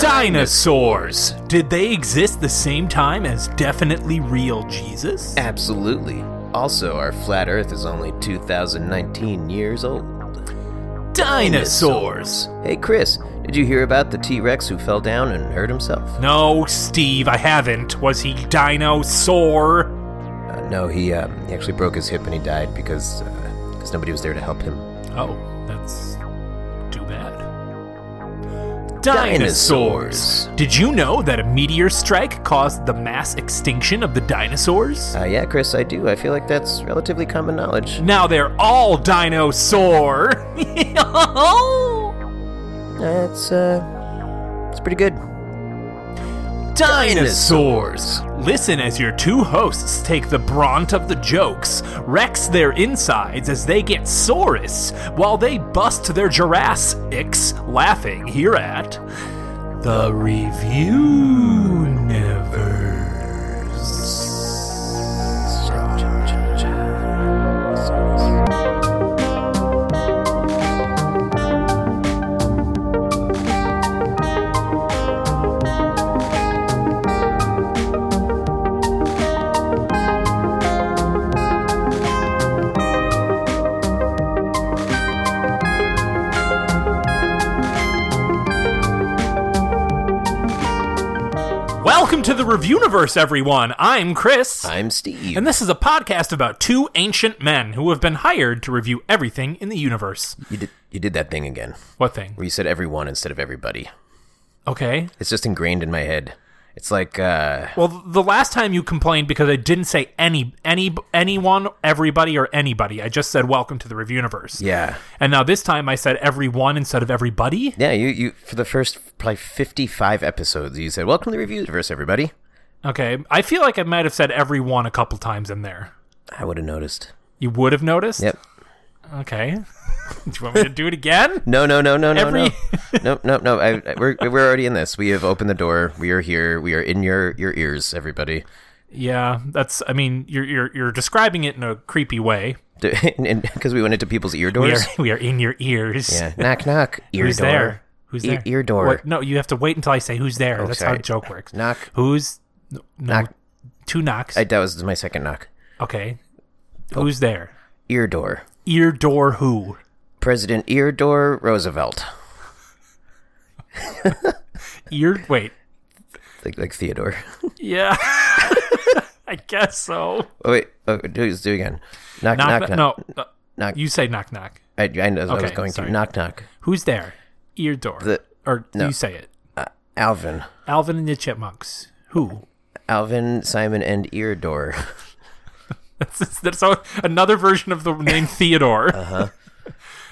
Dinosaurs! Did they exist the same time as definitely real Jesus? Absolutely. Also, our flat Earth is only 2019 years old. Dinosaurs! Hey, Chris, did you hear about the T Rex who fell down and hurt himself? No, Steve, I haven't. Was he dinosaur? Uh, no, he, um, he actually broke his hip and he died because uh, cause nobody was there to help him. Oh, that's too bad. Dinosaurs! Did you know that a meteor strike caused the mass extinction of the dinosaurs? Uh, yeah, Chris, I do. I feel like that's relatively common knowledge. Now they're all dinosaur! That's, uh, it's pretty good. Dinosaurs! Listen as your two hosts take the brunt of the jokes, wrecks their insides as they get sorest, while they bust their Jurassics laughing here at the Review Nevers. Welcome to the Review Universe, everyone. I'm Chris. I'm Steve. and this is a podcast about two ancient men who have been hired to review everything in the universe. you, did, you did that thing again, What thing? where you said everyone instead of everybody. Okay. It's just ingrained in my head. It's like, uh, Well, th- the last time you complained because I didn't say any, any, anyone, everybody, or anybody. I just said welcome to the Review Universe. yeah. And now this time I said everyone instead of everybody. Yeah, you, you for the first probably 55 episodes, you said, Welcome to the Review Universe, everybody. Okay. I feel like I might have said everyone a couple times in there. I would have noticed. You would have noticed. Yep. Okay. do you want me to do it again? No, no, no, no, no, Every- no. No, no, no. I, I- we're, we're already in this. We have opened the door. We are here. We are in your, your ears, everybody. Yeah. That's. I mean, you're you're you're describing it in a creepy way. Because we went into people's ear We are doors. we are in your ears. Yeah. Knock, knock. Ear Who's door. there? Who's E- there? ear door. What- No, you have to wait until I say who's there. That's how sorry. a joke works. Knock. Who's no, Knock. two knocks. I, that was my second knock. okay. Who's there? Ear door. Ear door who? President Ear Door Roosevelt. Ear wait. Like, like Theodore. Yeah. I guess so. Oh, wait. Oh, do, do it again. Knock, knock, Knock, knock. knock no. uh, knock. You say knock knock. I, I, know I was Okay, going sorry. to. Knock, knock. Who's there? Ear door. The- or you say it. Uh, Alvin. Alvin and the Chipmunks. Who? Alvin, Simon, and Eardor. That's, that's all- another version of the name Theodore. Uh-huh.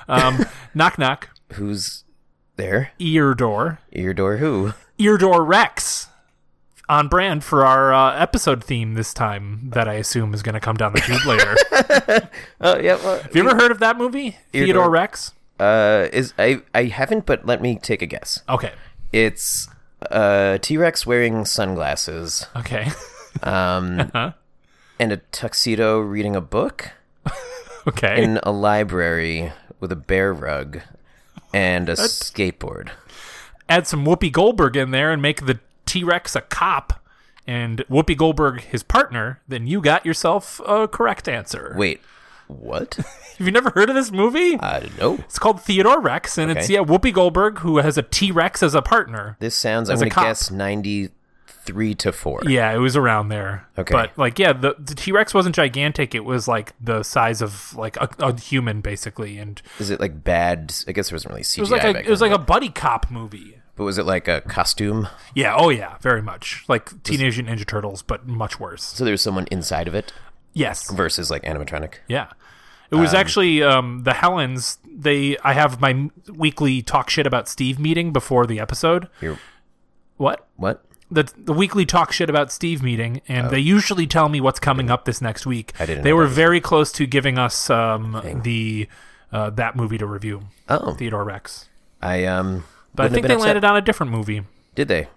um, knock knock. Who's there? Ear door. Eardor who? Eardor Rex on brand for our uh, episode theme this time that I assume is going to come down the tube later. Have Oh yeah, well, you ever heard of that movie? Theodore Rex? uh, is I I haven't, but let me take a guess. Okay. It's uh T Rex wearing sunglasses, Okay. um, Uh-huh. and a tuxedo reading a book okay. in a library with a bear rug and a skateboard. Add some Whoopi Goldberg in there and make the T Rex a cop and Whoopi Goldberg his partner, then you got yourself a correct answer. Wait, what? Have you never heard of this movie? I know. it's called Theodore Rex, and it's, Okay. yeah, Whoopi Goldberg who has a T Rex as a partner. This sounds. As a I'm cop. gonna guess ninety three to four. Yeah, it was around there. Okay. But like, yeah, the the T Rex wasn't gigantic. It was like the size of like a, a human, basically, and Is it like bad? I guess there wasn't really CGI. it was like back a, it was then. like a buddy cop movie. But was it like a costume? Yeah. Oh yeah. Very much like Teenage Mutant Ninja Turtles, but much worse. So there's someone inside of it Yes. versus like animatronic. Yeah. It was actually um, the Helens. They I have my m- weekly talk shit about Steve meeting before the episode. Your- What? What? the the weekly talk shit about Steve meeting, and they usually tell me what's coming up this next week. Oh. I didn't They know were that was- very close to giving us um, the uh, that movie to review, Oh, Theodore Rex. I um. But I think they landed on a different movie, Did they?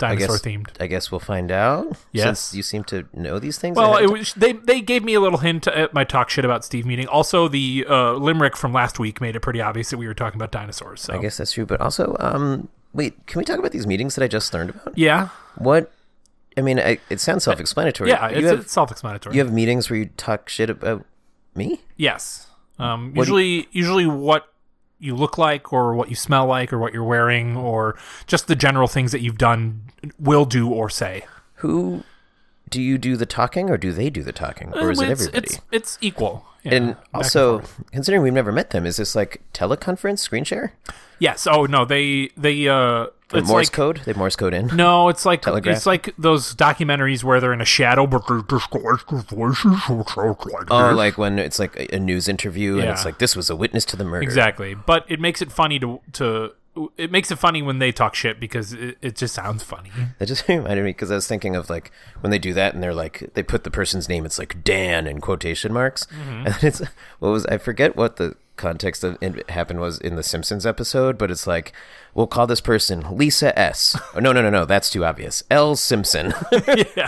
I dinosaur guess. themed. I guess we'll find out. Yes. Since you seem to know these things. Well, ahead it of was, they they gave me a little hint at my talk shit about Steve meeting. Also, the uh, limerick from last week made it pretty obvious that we were talking about dinosaurs. So time. I guess that's true. But also, um, Wait, can we talk about these meetings that I just learned about? Yeah. What? I mean, I, it sounds self-explanatory. Yeah, it's, you have it's self-explanatory. you have meetings where you talk shit about me. yes. Um, What do usually, usually what you look like, or what you smell like, or what you're wearing, or just the general things that you've done, will do, or say. Who do you do the talking, or do they do the talking, or is it Um, it's, everybody? It's, it's equal. Yeah, and back also, considering we've never met them, is this like teleconference screen share? Yes. Oh no, they they uh Or it's Morse like code? They Morse code in. no, it's like Telegraph. it's like those documentaries where they're in a shadow, but they disguise their voices. like Oh, this. like when it's like a, a news interview, and it's Yeah. like this was a witness to the murder. exactly. But it makes it funny to to it makes it funny when they talk shit because it, it just sounds funny. That just reminded me because I was thinking of like when they do that and they're like they put the person's name. It's like Dan in quotation marks, Mm-hmm. and it's what was I forget what the context of it happened was in the Simpsons episode, but it's like we'll call this person Lisa S. Oh, no, no, no, no, that's too obvious. L Simpson,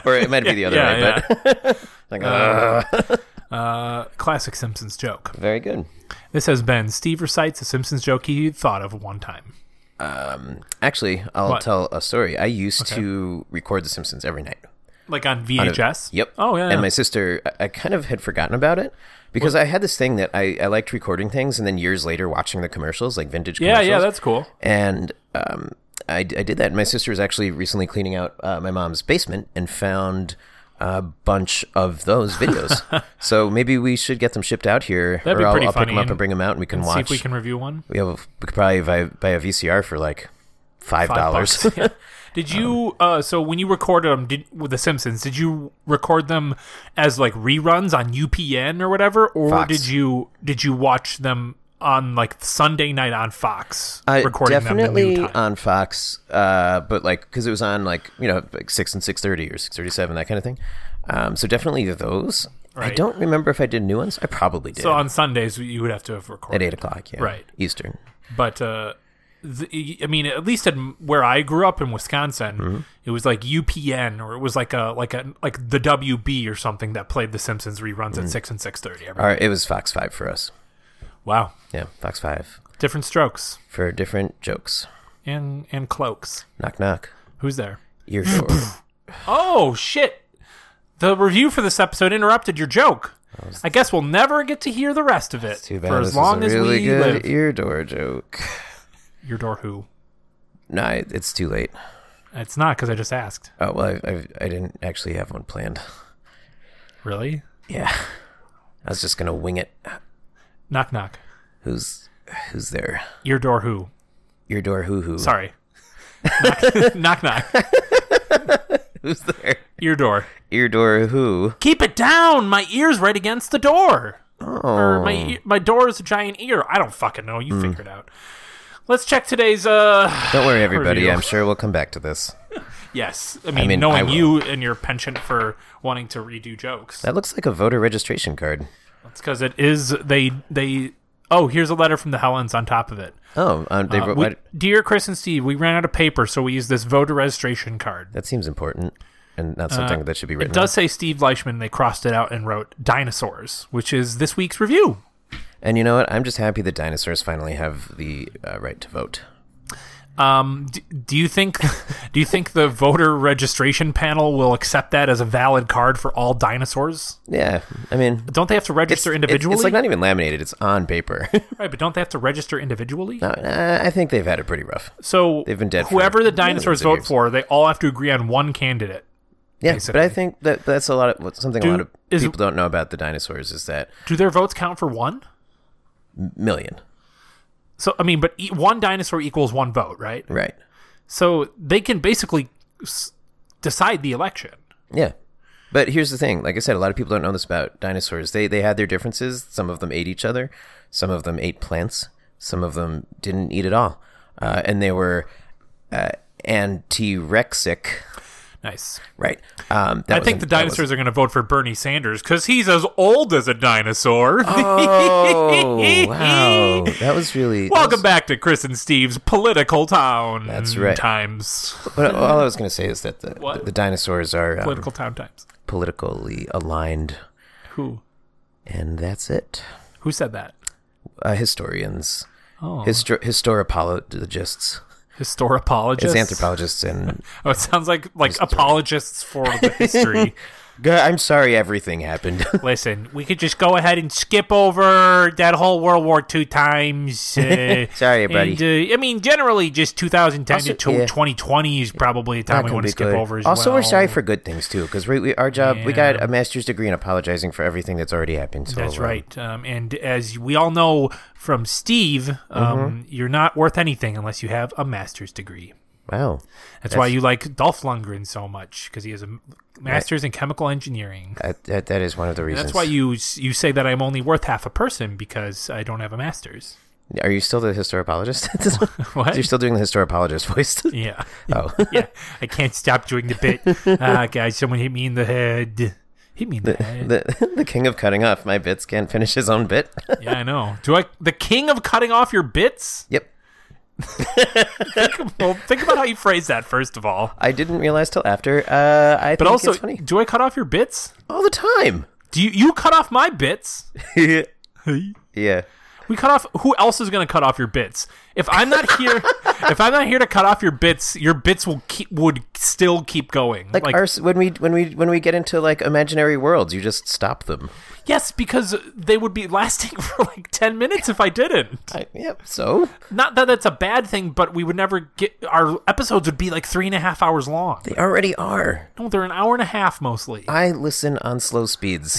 or it might be the other Yeah, way, yeah. but like ugh. Uh, classic Simpsons joke. very good. This has been Steve recites a Simpsons joke he thought of one time. Actually, I'll What? tell a story. I used to record the Simpsons every night. Uh, Like on VHS. Yep. Oh yeah. And yeah. my sister, I- I kind of had forgotten about it because I had this thing that I, I liked recording things and then years later watching the commercials, like vintage yeah, commercials. yeah, that's cool. And um, I, I did that. My sister was actually recently cleaning out uh, my mom's basement and found a bunch of those videos. so maybe we should get them shipped out here. That'd or be I'll, pretty I'll pick funny them up and- and bring them out and we can See watch. if we can review one. we have a, we could probably buy, buy a VCR for like $5. Five bucks, yeah. Did you? uh, so when you recorded them did, with The Simpsons, did you record them as like reruns on UPN or whatever, or Fox. did you did you watch them on like Sunday night on Fox? I recording definitely them the new time. on Fox, uh, but like because it was on like you know like six and six thirty or six thirty seven that kind of thing. Um, so definitely those. I Right. don't remember if I did new ones. I probably did so on Sundays you would have to have at recorded, eight o'clock. Yeah, Right. Eastern. but. Uh, the, I mean, at least at where I grew up in Wisconsin, it was like UPN or it was like a like a like the WB or something that played The Simpsons reruns at six and six thirty. All right, it was Fox Five for us. Wow, Yeah, Fox Five different strokes for different jokes. and and cloaks. Knock knock. Who's there? Ear door. Oh shit! The review for this episode interrupted your joke. I guess we'll never get to hear the rest of it Too bad. for this as is long a as really we good live. ear door joke. Your door who? No, I- it's too late. It's not because I just asked. Oh well, I, I I didn't actually have one planned. Really? Yeah, I was just gonna wing it. Knock knock. Who's who's there? Your door who? Your door, hoo hoo. Sorry. knock, knock knock. Who's there? Your door. Ear door, who? Keep it down. My ear's right against the door. Or Oh, Hmm. my ear- my door is a giant ear. I don't fucking know. You figure it out. Let's check today's. uh don't worry, everybody. Review. I'm sure we'll come back to this. Yes, I mean, mean, I knowing will. you and your penchant for wanting to redo jokes. That looks like a voter registration card. It's because it is they they. Oh, here's a letter from the Helens on top of it. Oh, um, they Uh, wrote. we- what- Dear Chris and Steve, we ran out of paper, so we used this voter registration card. That seems important, and not something that should be written. Uh, It does say Steve Leishman. They crossed it out and wrote dinosaurs, which is this week's review. on. And you know what? I'm just happy that dinosaurs finally have the uh, right to vote. Um, do, do you think do you think the voter registration panel will accept that as a valid card for all dinosaurs? Yeah, I mean, Don't they have to register it- individually? it's like not even laminated; it's on paper. right, but don't they have to register individually? Uh, I think they've had it pretty rough. So They've been dead for Whoever the millions dinosaurs of vote years. for, they all have to agree on one candidate. Yeah, Basically. but I think that that's a lot of what- something Do- a lot of is- people don't know about the dinosaurs is that Do their votes count for one? million, So I mean, but e- one dinosaur equals one vote, right? right? So they can basically s- decide the election. Yeah. But here's the thing. Like I said, a lot of people don't know this about dinosaurs. They they had their differences. Some of them ate each other. Some of them ate plants. Some of them didn't eat at all. Uh, and they were uh, antirexic. Nice. Right. Um, that I think the wasn't- that wasn't- dinosaurs are going to vote for Bernie Sanders because he's as old as a dinosaur. Oh, wow. That was really. Welcome back to Chris and Steve's political town. That's right. Times But all I was going to say is that the, What? the dinosaurs are um, political town times. politically aligned. Who And that's it. who said that? Uh, historians, Oh, Histo- historipologists. Historipologists. It's anthropologists and Oh, it sounds like like apologists for the history. God, I'm sorry everything happened. Listen, we could just go ahead and skip over that whole World War II times. Uh, Sorry, buddy. And, uh, I mean, generally, just 2010 Also, to yeah. 2020 is probably a That time we can want be to skip good. over. As also, well. we're sorry for good things too, because we, we our job we Yeah. got a master's degree in apologizing for everything that's already happened. So That's um, right. Um, and as we all know from Steve, Mm-hmm. um, you're not worth anything unless you have a master's degree. Wow, That's, why you like Dolph Lundgren so much because he has a m- master's in chemical engineering. that, that, that is one of the reasons. That's why you s- you say that I'm only worth half a person because I don't have a master's. are you still the historiologist? at this point? What? You're still doing the historiologist voice. yeah. oh, yeah, I can't stop doing the bit. Ah, guys, someone hit me in the head. Hit me in the head. the the king of cutting off my bits can't finish his own bit. Yeah, I know. Do I? The king of cutting off your bits? yep, Well, think about how you phrase that first of all. I didn't realize till after. Uh, I But think also, it's funny do I cut off your bits? all the time. Do you you cut off my bits? yeah, We cut off. Who else is going to cut off your bits? If I'm not here, if I'm not here to cut off your bits, your bits will keep would still keep going. like, our, when we when we when we get into like imaginary worlds, you just stop them. yes, because they would be lasting for like ten minutes if I didn't. I, yep. So Not that that's a bad thing, but we would never get our episodes would be like three and a half hours long. they already are. No, they're an hour and a half mostly. I listen on slow speeds.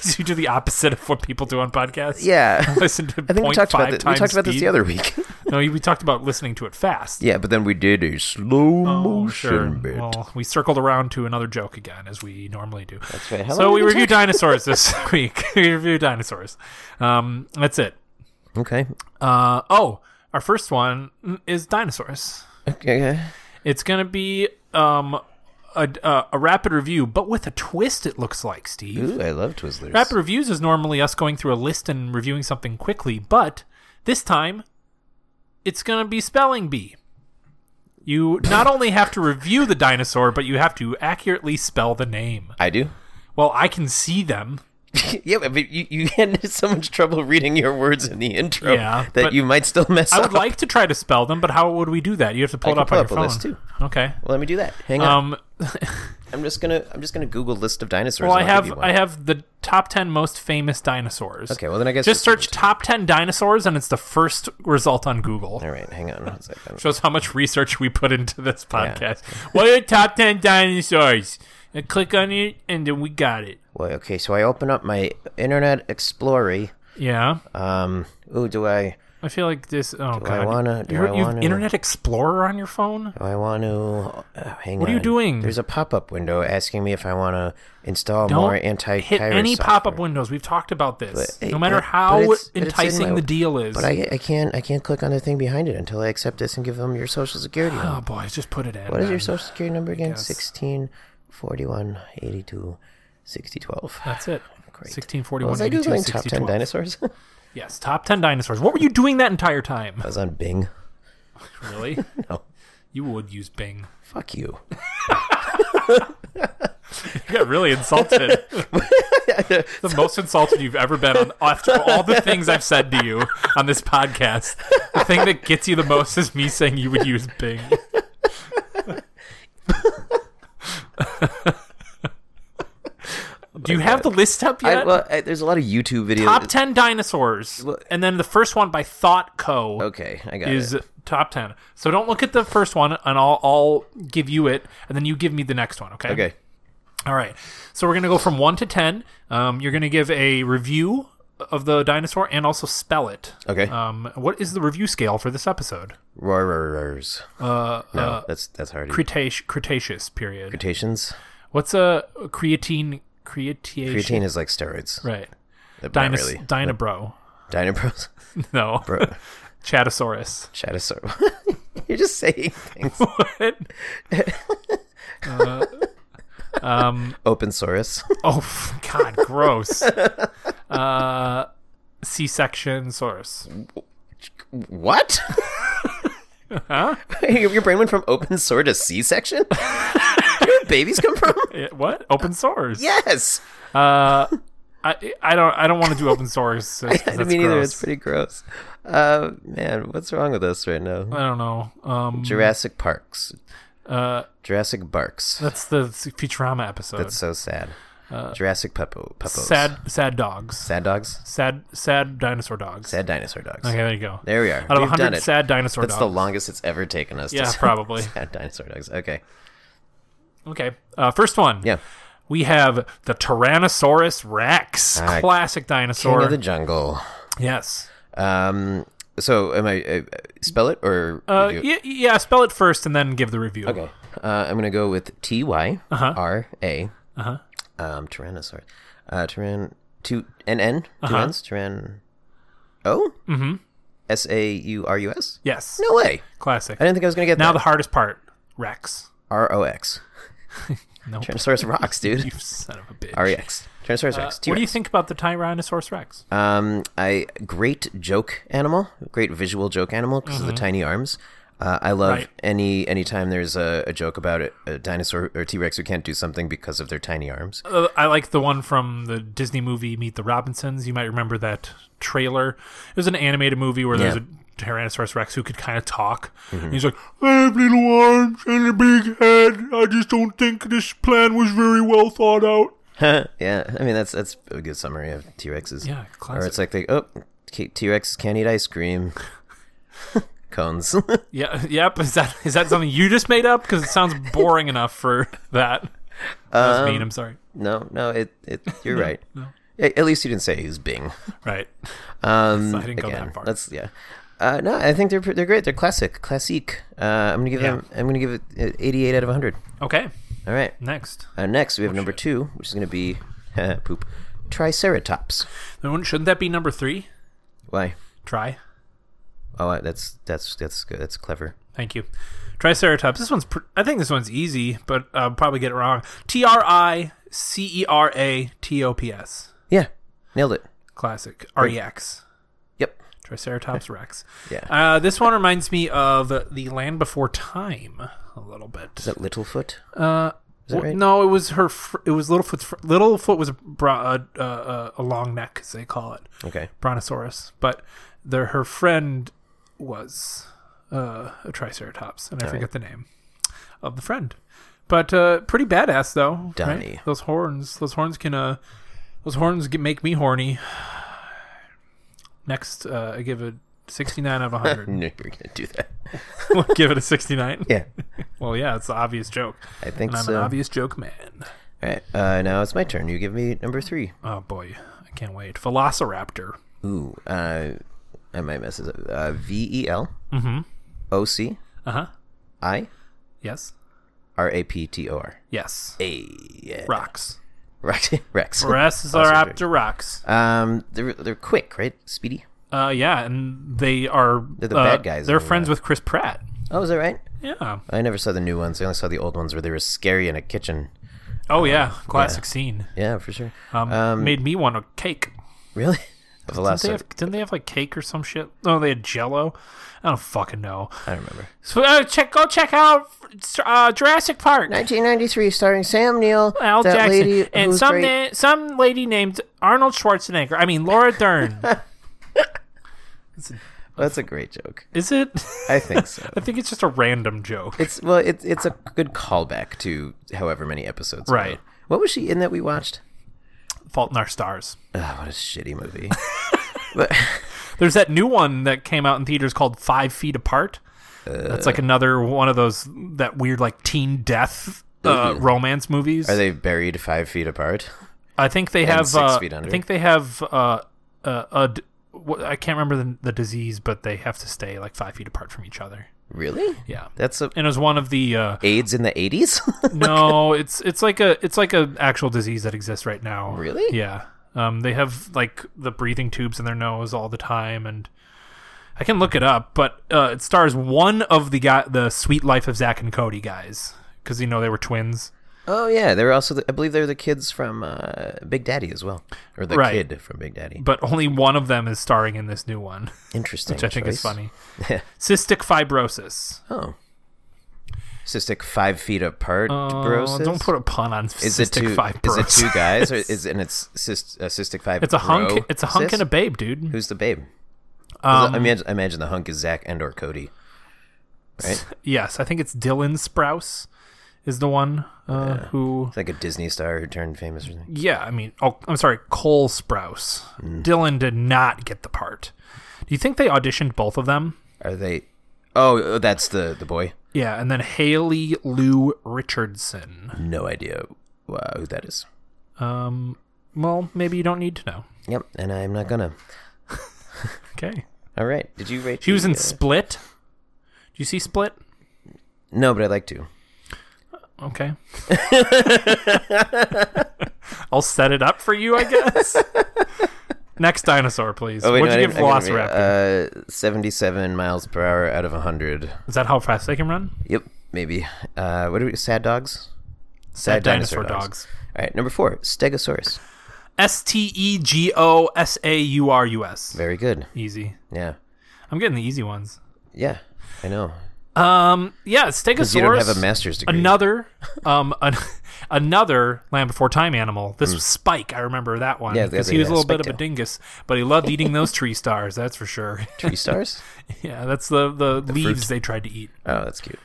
so you do the opposite of what people do on podcasts. Yeah. listen to. I think we talked about this. We talked about this speed. the other week. No, we talked about listening to it fast. yeah, but then we did a slow Oh, motion sure. bit. Well, we circled around to another joke again, as we normally do. That's right. How so long we have we been review dinosaurs this week. we review dinosaurs. Um, that's it. okay. Uh, oh, our first one is dinosaurs. Okay. It's gonna be um a uh, a rapid review, but with a twist. It looks like Steve. Ooh, I love Twizzlers. Rapid reviews is normally us going through a list and reviewing something quickly, but this time it's gonna be spelling bee. You not only have to review the dinosaur, but you have to accurately spell the name. I do. Well, I can see them. yeah, but you, you get into so much trouble reading your words in the intro Yeah, but that you might still mess I up. would like to try to spell them, but how would we do that? You have to pull I it can up pull on up your a phone. list, too. Okay. well, let me do that. Hang on. Um, I'm just gonna I'm just gonna Google list of dinosaurs. well, I and I'll give you have one. I have the top ten most famous dinosaurs. Okay, well then I guess Just we'll- search top ten dinosaurs, and it's the first result on Google. All right, hang on one second. shows how much research we put into this podcast. What are your top 10 dinosaurs? And click on it, and then we got it. Well, okay, so I open up my Internet Explorer. Yeah. Um, ooh, do I I feel like this. Oh, God. wanna- do you, I you have wanna- Internet Explorer on your phone? do I want to uh, hang What are you on. doing? There's a pop-up window asking me if I want to install Don't more anti-pirate hit any software. pop-up windows. We've talked about this. But- no matter but- how but it's- but it's in enticing my- the deal is. But I, I can't I can't click on the thing behind it until I accept this and give them your social security oh number. boy, just put it in. What is your then. social security number again? guess. 16 41 82 60 12. That's it. Great. Sixteen What forty-one. was I doing? 82, Top 10 62. dinosaurs? I Yes, top ten dinosaurs. What were you doing that entire time? was on Bing. Really? No. You would use Bing. Fuck you. You got really insulted. the most insulted you've ever been on after all the things I've said to you on this podcast. The thing that gets you the most is me saying you would use Bing. Do you have the list up I, yet? well, I, there's a lot of YouTube videos. top 10 dinosaurs. And then the first one by Thought Co. Okay, I got Is it. top 10. So don't look at the first one, and I'll, I'll give you it, and then you give me the next one, okay? Okay. All right. So we're going to go from 1 to 10. Um, you're going to give a review of the dinosaur and also spell it. Okay. Um, what is the review scale for this episode? Roarers. Uh, No, uh, that's that's hard. Cretace- Cretaceous period. Cretaceans. What's a creatine? Creation. Creatine is like steroids. Right. but not Dinos- really. Dinobro. Dinobros. No. Bro. Chatosaurus. Chatosaur. You're just saying things. What? Uh, um, Open source. oh, f- God, gross. Uh, C section source. What? Huh? Your your brain went from open sore to C section? Where did babies come from? Eh, What? Open source. Yes. Uh, I I don't I don't want to do open source. 'cause I that's mean, either. gross. It's pretty gross. Uh, man, what's wrong with us right now? I don't know. Um, Jurassic Parks, uh, Jurassic Barks. that's the Futurama episode. That's so sad. Jurassic Puppo, Puppos. Uh, sad, sad dogs. Sad dogs. Sad, sad dinosaur dogs. Sad dinosaur dogs. Okay, there you go. There we are. Out of We've done 100 it. sad dinosaur That's dogs. the longest it's ever taken us. Yeah, to say probably. Sad dinosaur dogs. Okay. Okay, uh, first one. Yeah. We have the Tyrannosaurus Rex, Ah, classic King dinosaur. of the jungle. yes. Um. So am I uh, spell it or Uh, you- yeah, yeah, spell it first and then give the review. Okay. Uh, I'm gonna go with T Y R A. Uh Uh-huh. Um, Tyrannosaurus. Uh, Tyran. Two N N. Uh-huh. Two N's. Tyran. O. Mm-hmm. S A U R U S. Yes. No way. Classic. I didn't think I was gonna get Now that. the hardest part, Rex. R O X. Nope. Tyrannosaurus rocks, dude. You son of a bitch. R E X. Tyrannosaurus Rex. What do you T-Rex. think about the Tyrannosaurus Rex? Um, I great joke animal, great visual joke animal because of the tiny arms. Uh, I love Mm-hmm. Right. any anytime there's a, a joke about a, a dinosaur or T Rex who can't do something because of their tiny arms. Uh, I like the one from the Disney movie Meet the Robinsons. You might remember that trailer. It was an animated movie where there's Yeah. Mm-hmm. a Tyrannosaurus Rex who could kind of talk. And he's like, I have little arms and a big head. I just don't think this plan was very well thought out. yeah, I mean that's that's a good summary of T Rexes. Uh. Yeah, or classic. it's like they oh T Rex can't eat ice cream cones. Yeah, yep. Is that is that something you just made up? Because it sounds boring enough for that. That was mean. I'm sorry. Um, no, no, it, it you're right. A- At least you didn't say who's Bing. Right. Um, I didn't go that again, far. That's yeah. Uh, no, I think they're pr- they're great. They're classic, classique. Uh, I'm gonna give Yeah. them. I'm gonna give it uh, 88 out of 100. Okay. All right. Next. Uh, next, we have number two, which is gonna be poop, Triceratops. Then wouldn't- Shouldn't that be number three? Why? Try. Oh, I- that's that's that's good. That's clever. Thank you. Triceratops. This one's. Pr- I think this one's easy, but I'll probably get it wrong. T R I C E R A T O P S. Yeah, nailed it. Classic. R E X. Yep. Triceratops Rex. Yeah. Uh, this one reminds me of the Land Before Time a little bit. Is that Littlefoot? Uh, Is that w- right? No, it was her. Fr- it was Littlefoot's. Fr- Littlefoot was uh, a, bra- a, a, a long neck, as they call it, Okay. brontosaurus. But their her friend was uh, a triceratops, and I forget the name of the friend. But uh, pretty badass though. right? Donnie. Those horns. Those horns can. Uh, those horns get, make me horny. Next, uh, I give it sixty-nine out of hundred. No, you're gonna do that. give it a sixty-nine. Yeah, Well, yeah, it's the obvious joke. I think And I'm so. an obvious joke man. All right, uh, now it's my turn. You give me number three. Oh boy, I can't wait. Velociraptor. Ooh, uh, I might mess this up. Uh, v E L O C Uh huh. I Yes. R A P T O R. Yes. A yeah. Rocks. Rex. Rex. Velociraptor rocks. Um, they're they're quick, right? Speedy. Uh, yeah, and they are They're the uh, bad guys They're in, friends with Chris Pratt. Oh, is that right? Yeah. I never saw the new ones. I only saw the old ones where they were scary in a kitchen. Um, Oh yeah, classic scene. Yeah, for sure. Um, made me want a cake. Really? A Didn't they, Velociraptor. have, didn't they have like cake or some shit? No, they had Jello. I don't fucking know. I remember. So uh, check, go check out uh, Jurassic Park. 1993, starring Sam Neill, Al that Jackson lady and who's some great- na- some lady named Arnold Schwarzenegger. I mean Laura Dern. That's a great joke. Is it? I think so. I think it's just a random joke. It's well, it's it's a good callback to however many episodes. ago. Right. What was she in that we watched? Fault in Our Stars. Oh, what a shitty movie. but There's that new one that came out in theaters called Five Feet Apart. uh, That's like another one of those that weird like teen death uh, romance movies. are they buried five feet apart? I think they have. Six uh, Feet Under? I think they have. Uh, uh, a d- wh- I can't remember the, the disease, but they have to stay like five feet apart from each other. Really? Yeah, That's a and it was one of the uh, AIDS in the 80s. no, it's it's like a it's like a actual disease that exists right now. Really? Yeah. Um, they have like the breathing tubes in their nose all the time, and I can look it up, but uh, it stars one of the guy, the Sweet Life of Zach and Cody guys, because you know they were twins. oh yeah, they were also the, I believe they were the kids from uh, Big Daddy as well, or the Right. kid from Big Daddy. But only one of them is starring in this new one, Interesting. which I think is choice. funny. Cystic fibrosis. Oh. Cystic five feet apart. Uh, brosis? don't put a pun on Is it cystic two? Is fibrosis. it two guys or is and it's cyst, uh, cystic five? It's a hunk. It's a hunk and a babe, dude. Who's the babe? Um, I, imagine, I imagine the hunk is Zach and or Cody. Right? Yes, I think it's Dylan Sprouse is the one uh, who. It's like a Disney star who turned famous or something. Yeah, I mean, oh, I'm sorry, Cole Sprouse. Mm. Dylan did not get the part. Do you think they auditioned both of them? Are they? Oh, that's the the boy. Yeah, and then Haley Lou Richardson. No idea uh, who that is. Um, well, maybe you don't need to know. Yep, and I'm not gonna. Okay. All right. Did you rate? She was the, in uh, Split. Do you see Split? no, but I'd like to. Okay. I'll set it up for you, I guess. Next dinosaur, please. Oh, wait, What'd no, you I give didn't- I didn't Velociraptor? rate- Uh, seventy-seven miles per hour out of hundred. Is that how fast they can run? Yep, maybe. Uh, what are we? Sad dogs. Sad dinosaur dogs. All right, number four, Stegosaurus. S T E G O S A U R U S. Very good. Easy. Yeah, I'm getting the easy ones. yeah, I know. Um, yeah, Stegosaurus. You don't have a master's degree. Another, um, an, another Land Before Time animal. This was Spike. I remember that one Hmm. Yeah, because yeah, he was a yeah, little bit Spike of a Tail. dingus, but he loved eating those tree stars. That's for sure. Three stars. yeah, that's the the, leaves they tried to eat. Oh, that's cute.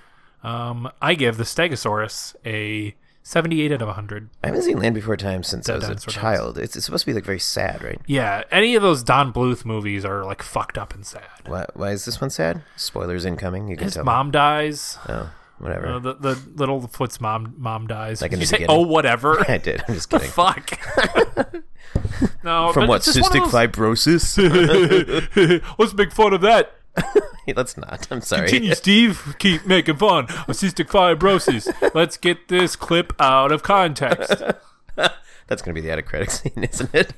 Um, I give the Stegosaurus a 78 out of 100. I haven't seen Land Before Time since I was a dinosaur dogs. child. It's, it's supposed to be like very sad, right? Yeah, any of those Don Bluth movies are like fucked up and sad. Why, why is this one sad? Spoilers incoming. You can His tell. mom dies. Oh, whatever. Uh, the, the little Foot's mom mom dies. Like in Did you the say, beginning? oh, whatever? I did. I'm just kidding. Fuck. no, From but what? it's just one of Cystic those- fibrosis? Let's make fun of that. Let's not. I'm sorry. Continue, Steve. Keep making fun of cystic fibrosis. Let's get this clip out of context. That's going to be the out credit scene, isn't it?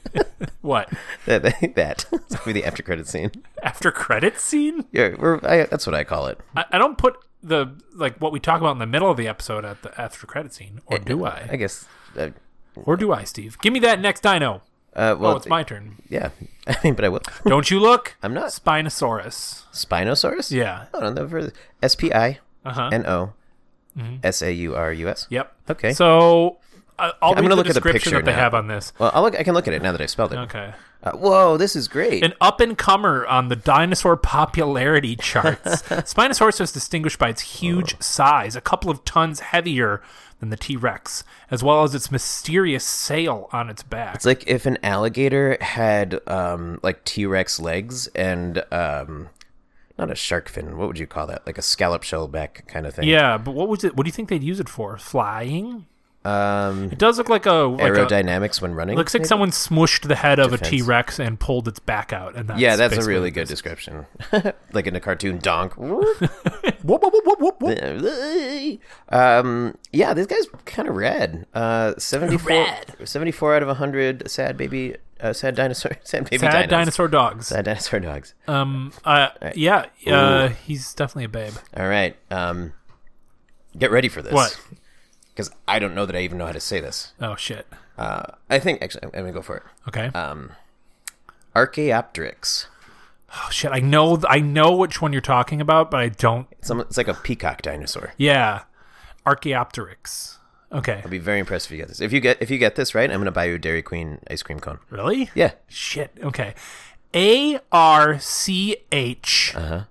What? that. that- that. It's going to be the after credit scene. After credit scene? Yeah, we're, I, that's what I call it. I, I don't put the like what we talk about in the middle of the episode at the after credit scene, or do I I? guess. Uh, Or do I, Steve? Give me that next dino. uh, well, Oh, it's my turn. yeah. I mean, but I will. Don't you look? I'm not. Spinosaurus. Spinosaurus? Yeah. Oh, no, no, for- S P I Uh huh. N O S A U R U S. Yep. Okay. Mm-hmm. So I I'll I'm read gonna the look at the description picture that they now. have on this. Well, I'll look, I can look at it now that I've spelled it. Okay. Uh, whoa, this is great. An up and comer on the dinosaur popularity charts. Spinosaurus is distinguished by its Oh. huge size, a couple of tons heavier than the T Rex, as well as its mysterious sail on its back. It's like if an alligator had um, like T Rex legs and um, not a shark fin. What would you call that? Like a scallop shell back kind of thing. yeah, but what was it? What do you think they'd use it for? Flying? Um, It does look like a like a- aerodynamics when running. looks like someone smushed the head of Defense. a T Rex and pulled its back out. And that's yeah, that's a basically really what it good is. description. like in a cartoon donk. Whoop, whoop, whoop, whoop, whoop, whoop. um, yeah, this guy's kind of rad. Uh, 74, Rad. 74 out of 100 sad baby, uh, sad dinosaur, sad baby Sad dinos. dinosaur dogs. Sad dinosaur dogs. Um. Uh. Yeah. Uh. He's definitely a babe. All right. Um, get ready for this. What? Because I don't know that I even know how to say this. Oh shit. Uh, I think actually I'm, I'm gonna go for it. Okay. Archaeopteryx. oh shit. I know. th- I know which one you're talking about, but I don't. It's, almo- it's like a peacock dinosaur. Yeah. Archaeopteryx. Okay. I'd be very impressed if you get this. If you get if you get this right, I'm gonna buy you a Dairy Queen ice cream cone. Really? Yeah. Shit. Okay. A R C H. Uh Uh-huh. huh.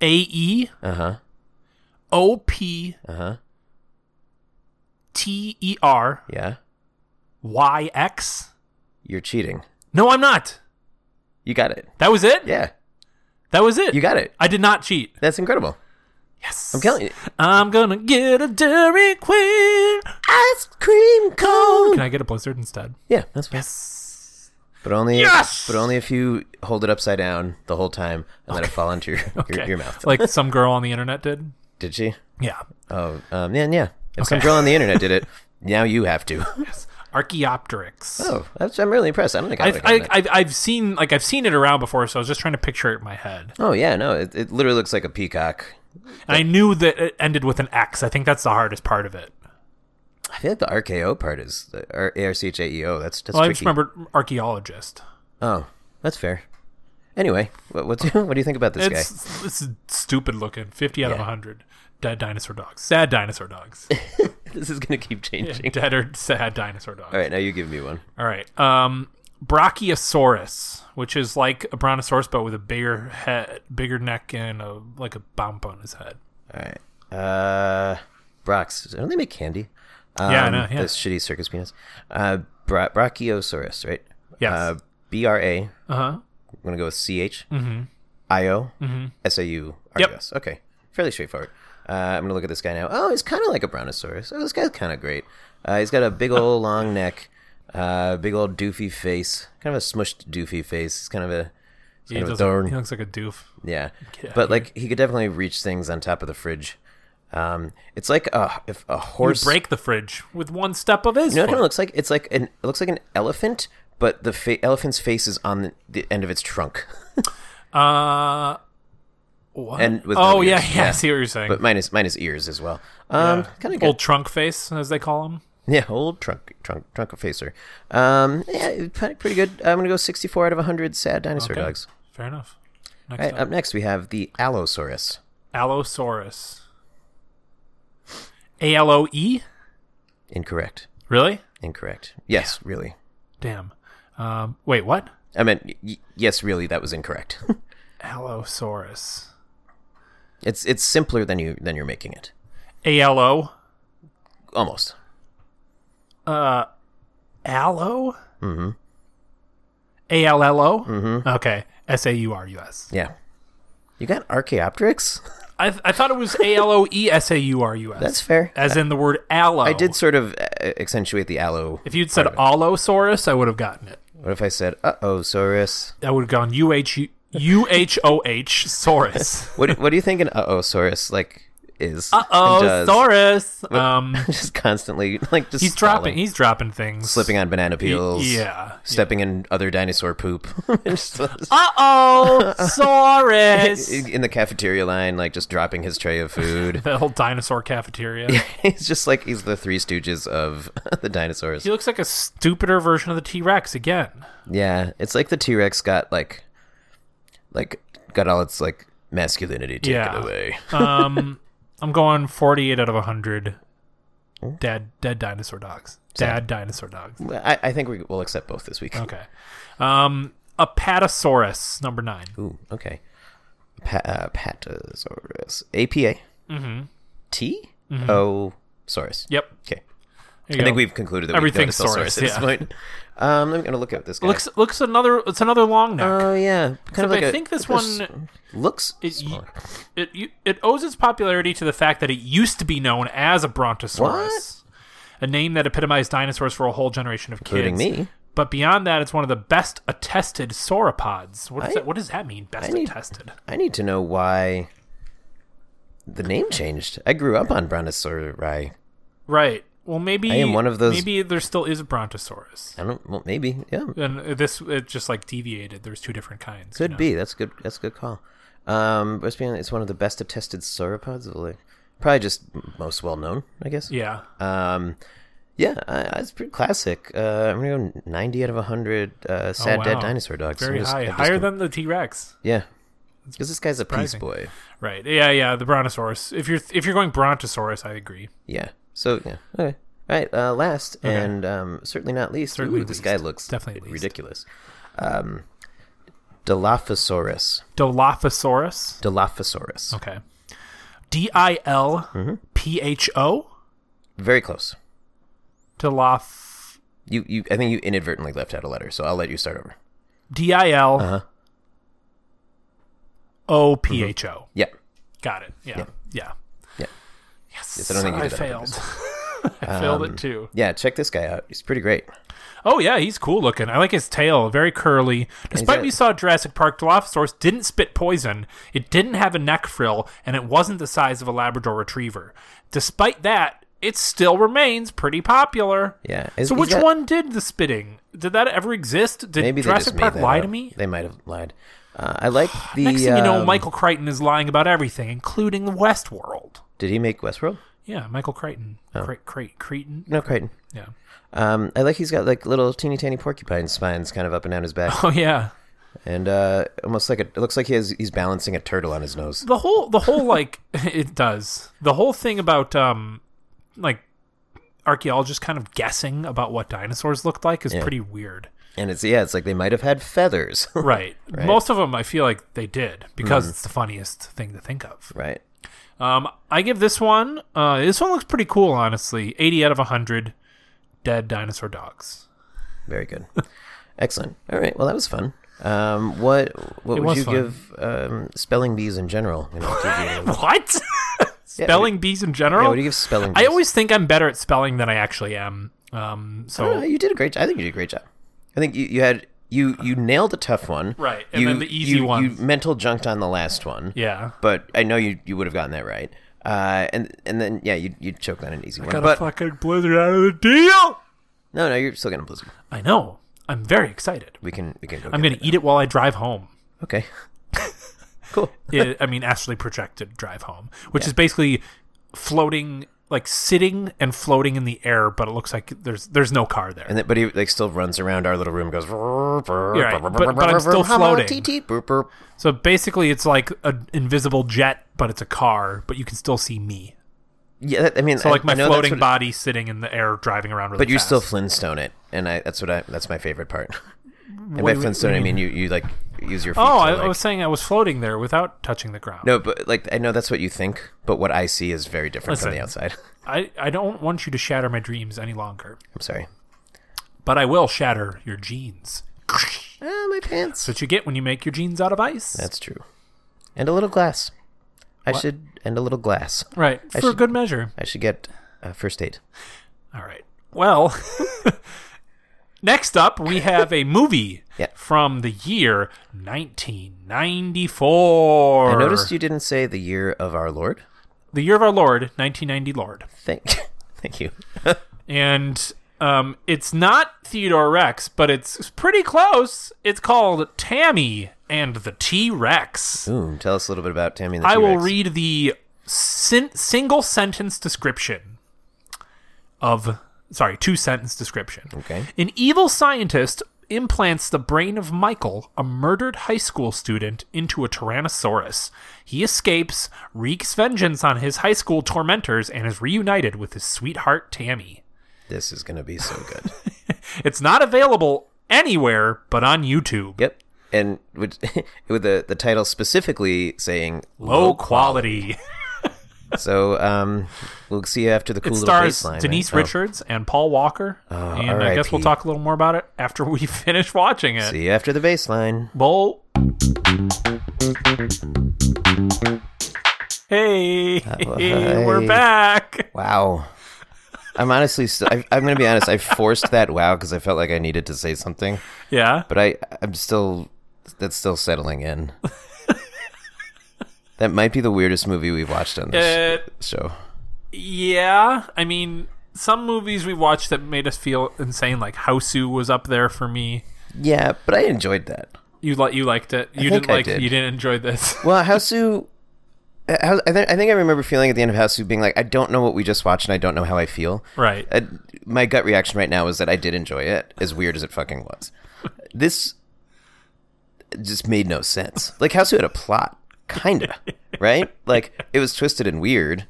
A E Uh huh. O P Uh huh. T E R Yeah. Y X. You're cheating. No, I'm not. You got it. That was it. Yeah. That was it. You got it. I did not cheat. That's incredible. Yes. I'm telling you. I'm gonna get a Dairy Queen. Ice cream Can cone. I get a blizzard instead? Yeah, that's fine. Yes. But only Yes! but only if you hold it upside down the whole time and let it fall into your your, your mouth. like some girl on the internet did. Did she? Yeah. Oh, um, yeah, yeah. If some Okay. girl on the internet did it, now you have to. Archaeopteryx. Oh, that's, I'm really impressed. I don't think I I've, would have I, gotten that. I've, I've seen like I've seen it around before, so I was just trying to picture it in my head. Oh yeah, no, it, it literally looks like a peacock. And I knew that it ended with an X. I think that's the hardest part of it. I feel like the RKO part is the R- A-R-C-H-A-E-O. E That's that's Well, I just tricky. remembered archaeologist. Oh, that's fair. Anyway, what what do, what do you think about this guy? It's it's stupid looking. Fifty out of Yeah. hundred. Dead dinosaur dogs. Sad dinosaur dogs. This is gonna keep changing. Dead or sad dinosaur dogs. All right, now you give me one. All right. Um, Brachiosaurus, which is like a brontosaurus but with a bigger head, bigger neck, and a, like a bump on his head. All right. Uh, Brox. Don't they make candy? Um, Yeah, I know, yeah. This shitty circus penis. Uh, Bra- Brachiosaurus, right? Yes. Uh, B R A. I'm Uh huh. gonna go with C H Mm-hmm. I O S A U R U S. Okay, fairly straightforward. Uh, I'm gonna look at this guy now. Oh, he's kind of like a brontosaurus. Oh, this guy's kind of great. Uh, he's got a big old long neck, uh, big old doofy face, kind of a smushed doofy face. He's kind of a, he's He, kind of a doesn't- thorn. he looks like a doof. Yeah, Get outta but like he could definitely reach things on top of the fridge. Um, it's like a if a Would horse. break the fridge with one step of his. you know what foot. it kind of looks like? It's like an it looks like an elephant, but the fa- elephant's face is on the, the end of its trunk. Uh, what? And with oh no yeah, ears. yeah, Yeah. I see what you're saying. But mine is mine is ears as well. Um, kind of good. Old trunk face, as they call him. Yeah, old trunk trunk trunk facer. Um, yeah, pretty pretty good. I'm gonna go 64 out of 100 sad dinosaur Okay. dogs. Fair enough. Next All right, up, up next we have the Allosaurus. Allosaurus. A L O E. Incorrect. Really? Incorrect. Yes, really. Damn. Um, wait, what? I meant y- y- yes, really. That was incorrect. Allosaurus. It's it's simpler than you than you're making it. A L O. Almost. Uh, aloe. Mm-hmm. A L L O. Mm-hmm. Okay. S A U R U S. Yeah. You got Archaeopteryx? I I thought it was A L O E S A U R U S. That's fair. As in the word aloe. I did sort of uh, accentuate the aloe. If you'd said Allosaurus, I would have gotten it. What if I said, uh-oh, Saurus? I would have gone U H U H O H Saurus. What, what do you think an uh-oh, Saurus, like, is? and Oh, does? Saurus. Um, Just constantly, like, just he's falling, dropping. He's dropping things. slipping on banana peels. Yeah. Stepping in other dinosaur poop. Just- Uh oh, Saurus. in the cafeteria line, like, just dropping his tray of food. The whole dinosaur cafeteria. he's just like, he's the three stooges of the dinosaurs. He looks like a stupider version of the T Rex again. Yeah, it's like the T Rex got like, like got all its like masculinity taken Yeah. away. Um, I'm going 48 out of 100. Oh. Dead, dead dinosaur dogs. Dead dinosaur dogs. I, I think we will accept both this week. Okay. Um, Apatosaurus, number nine. Ooh, okay. Pa- uh, Patasaurus, APA, Mm-hmm. T O Saurus. Yep. Okay, There you I think go. we've concluded that Everything's we've done Saurus, at this yeah. point. Um, I'm gonna look at this guy. looks looks another. It's another long neck. Oh yeah, kind of I like a- think this like a s- one- looks. it, y- smaller. it, y- it owes its popularity to the fact that it used to be known as a Brontosaurus, a name that epitomized dinosaurs for a whole generation of kids. Including me. But beyond that, it's one of the best attested sauropods. What does, I- that, what does that mean, best I need- attested? I need to know why the name changed. I grew up on Brontosauri. Right. Well, maybe I am one of those- Maybe there still is a Brontosaurus, I don't. Well, maybe. Yeah, and this it just like deviated. There's two different kinds. Could be. That's good. That's a good call. Um, it's being- it's one of the best attested sauropods. Like, probably just m- most well known, I guess. Yeah. Um, yeah, I, I- it's pretty classic. Uh, I'm gonna go 90 out of 100 uh, sad dead Oh, wow. dinosaur dogs. Very I'm just- high, I'm just higher than gonna- the T Rex. yeah. Because this guy's a peace boy. Right. Yeah, yeah, the Brontosaurus. If you're if you're going Brontosaurus, I agree. Yeah. So yeah. Okay. All right. Uh, last and um, certainly not least. Certainly ooh, this least. guy looks Definitely least. ridiculous. Um, Dilophosaurus. Dilophosaurus. Dilophosaurus. Okay. D I L P H O. Very close. Diloph. You, you, I think you inadvertently left out a letter, so I'll let you start over. D I Uh-huh. L O P H O. Yeah. Got it. Yeah. Yeah. Mm-hmm. Yeah. Yes. I don't think you I did that Um, on failed. I failed it too. Yeah, check this guy out. He's pretty great. Oh yeah, he's cool looking. I like his tail, very curly. Despite got- we saw Jurassic Park, Dilophosaurus didn't spit poison. It didn't have a neck frill, and it wasn't the size of a Labrador Retriever. Despite that, it still remains pretty popular. Yeah. Is- so he's which got- one did the spitting? Did that ever exist? Did Maybe they Jurassic just made Park that lie up. to me? They might have lied. Uh, I like the. Next thing you know, um, Michael Crichton is lying about everything, including the Westworld. Did he make Westworld? Yeah, Michael Crichton. Oh. Cri- Cri- Crichton. No, Crichton. Yeah. Um, I like he's got like little teeny tiny porcupine spines kind of up and down his back, Oh yeah. and uh, almost like a, it looks like he has he's balancing a turtle on his nose. the whole the whole like it does the whole thing about um like archaeologists kind of guessing about what dinosaurs looked like is pretty weird And it's yeah, it's like they might have had feathers, Right. Most of them, I feel like they did because it's the funniest thing to think of. Mm-hmm. right? Um, I give this one. Uh, this one looks pretty cool, honestly. Eighty out of hundred. Dead dinosaur dogs. Very good, excellent. All right, well that was fun. Um, what what It would was you fun. give um, spelling bees in general? You know, what do you give- What? spelling bees in general. yeah, what do you give spelling bees? I always think I'm better at spelling than I actually am. Um, so Oh, you did a great. jo- I think you did a great job. I think you, you had you you nailed a tough one, Right, and you, then the easy you, ones. You mental junked on the last one, yeah, But I know you you would have gotten that right. Uh, and and then yeah, you you choked on an easy one. got But a fucking blizzard out of the deal. no, no, you're still getting blizzard. I know. I'm very excited. We can we can go. I'm get gonna eat it while I drive home. it. okay. cool. it, I mean, astrally projected drive home, which is basically floating, like sitting and floating in the air, but it looks like there's there's no car there. And then, but he like still runs around our little room, and goes. right, but- but I'm still floating. floating. so basically, it's like an invisible jet, but it's a car, but you can still see me. Yeah, that- I mean, So like I my know that's floating what- body sitting in the air, driving around. Really But you fast. still Flintstone it, and I that's what I that's my favorite part. and do by you Flintstone, I mean you you like use your feet. Oh, to, I, I like- was saying I was floating there without touching the ground. No, but like I know that's what you think, but what I see is very different from the Listen. outside. I, I don't want you to shatter my dreams any longer, I'm sorry. but I will shatter your jeans. Uh, Ah, my pants. What you get when you make your jeans out of ice. That's true. And a little glass. I should and a little glass. right, I for should- good measure. I should get uh, first aid. All right. Well, next up we have a movie Yeah. from the year 1994. I noticed you didn't say the year of our Lord. the year of our Lord, 1990 Lord, Thank, thank you. and um, it's not Theodore Rex, but it's pretty close. It's called Tammy and the T Rex. Boom. Tell us a little bit about Tammy. And the I will T-Rex. read the sin- single sentence description of sorry, two sentence description. Okay. An evil scientist implants the brain of Michael, a murdered high school student, into a Tyrannosaurus. He escapes, wreaks vengeance on his high school tormentors, and is reunited with his sweetheart Tammy. This is gonna be so good. It's not available anywhere but on YouTube. yep. And with, with the the title specifically saying Low quality. So um, we'll see you after the cool It little stars baseline. Denise right? Oh. Uh, Richards and Paul Walker. and I guess RIP. we'll talk a little more about it after we finish watching Oh, it. see you after the baseline. Bowl. Hey, Oh, we're hey. back. Wow. I'm honestly, still, I, I'm going to be honest. I forced that wow because I felt like I needed to say something, Yeah. but I, I'm still, that's still settling in. that might be the weirdest movie we've watched on this Uh, show. yeah. I mean, some movies we watched that made us feel insane, like Houseu was up there for me. Yeah, but I enjoyed that. You li- you liked it. You think didn't I like. did. You didn't enjoy this. Well, Houseu, uh, Hous- I, th- I think I remember feeling at the end of Houseu being like, I don't know what we just watched and I don't know how I feel. right. I, my gut reaction right now is that I did enjoy it, as weird as it fucking was. This just made no sense. Like House Who had a plot, kinda, right? Like it was twisted and weird,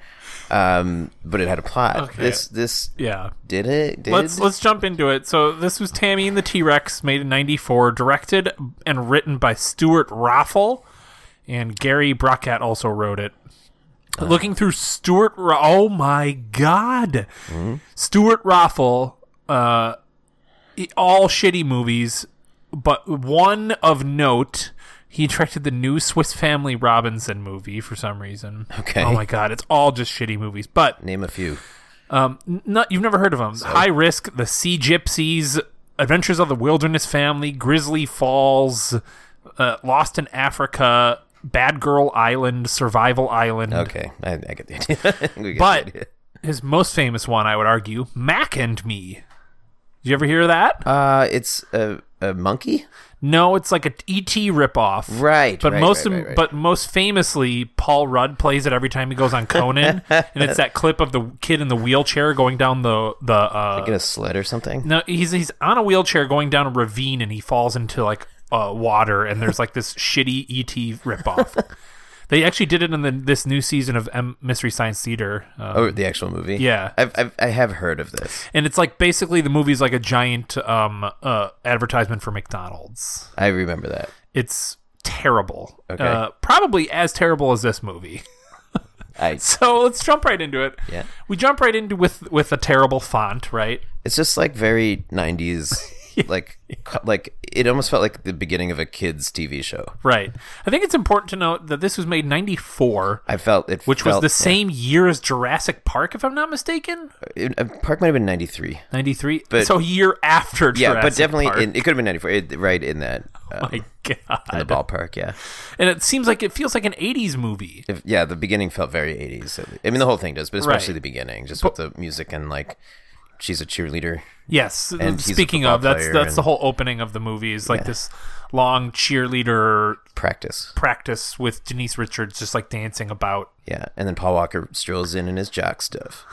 um, but it had a plot. Okay. This this yeah. did it. Did Let's let's jump into it. So this was Tammy and the T Rex, made in '94, directed and written by Stuart Raffle, and Gary Brockett also wrote it. Uh. Looking through Stuart, Ra- oh my god, Hmm? Stuart Raffle, uh, i- all shitty movies, but one of note. He directed the new Swiss Family Robinson movie for some reason. Okay. Oh my god, it's all just shitty movies. But name a few. um, n- not you've never heard of them. High Risk, The Sea Gypsies, Adventures of the Wilderness Family, Grizzly Falls, uh, Lost in Africa, Bad Girl Island, Survival Island. Okay, I, I get the idea. We get But- the idea. His most famous one, I would argue, Mac and Me. Did you ever hear of that? uh, it's a, a monkey, no, it's like a ET ripoff. right? But right, most, im- right, right, right. but most famously, Paul Rudd plays it every time he goes on Conan, and it's that clip of the kid in the wheelchair going down the the uh, get a sled or something. No, he's he's on a wheelchair going down a ravine and he falls into like uh, water and there's like this shitty ET E ripoff. They actually did it in the, this new season of M- Mystery Science Theater. Uh, Oh, the actual movie. Yeah. I've, I've I have heard of this. And it's like basically the movie's like a giant um, uh, advertisement for McDonald's. I remember that. It's terrible. Okay. Uh, probably as terrible as this movie. I So let's jump right into it. Yeah. We jump right into with with a terrible font, right? It's just like very '90s, like co- like it almost felt like the beginning of a kids' TV show. Right. I think it's important to note that this was made in 94, I felt it, which was felt, the same year as Jurassic Park if I'm not mistaken. it- uh, Park might have been '93. 93. so a year after Yeah, Jurassic but definitely Park. Oh in, it could have been '94. It, right in that uh, my god. in the ballpark. Yeah, And it seems like it feels like an 80s movie. if, yeah. The beginning felt very '80s. I mean, the whole thing does, but especially Right. the beginning, just with the music and like she's a cheerleader. Yes. he's a Speaking football of, that's player that's the and- whole opening of the movie is like this long cheerleader Practice. practice with Denise Richards just like dancing about Yeah, and then Paul Walker strolls in in his jock stuff.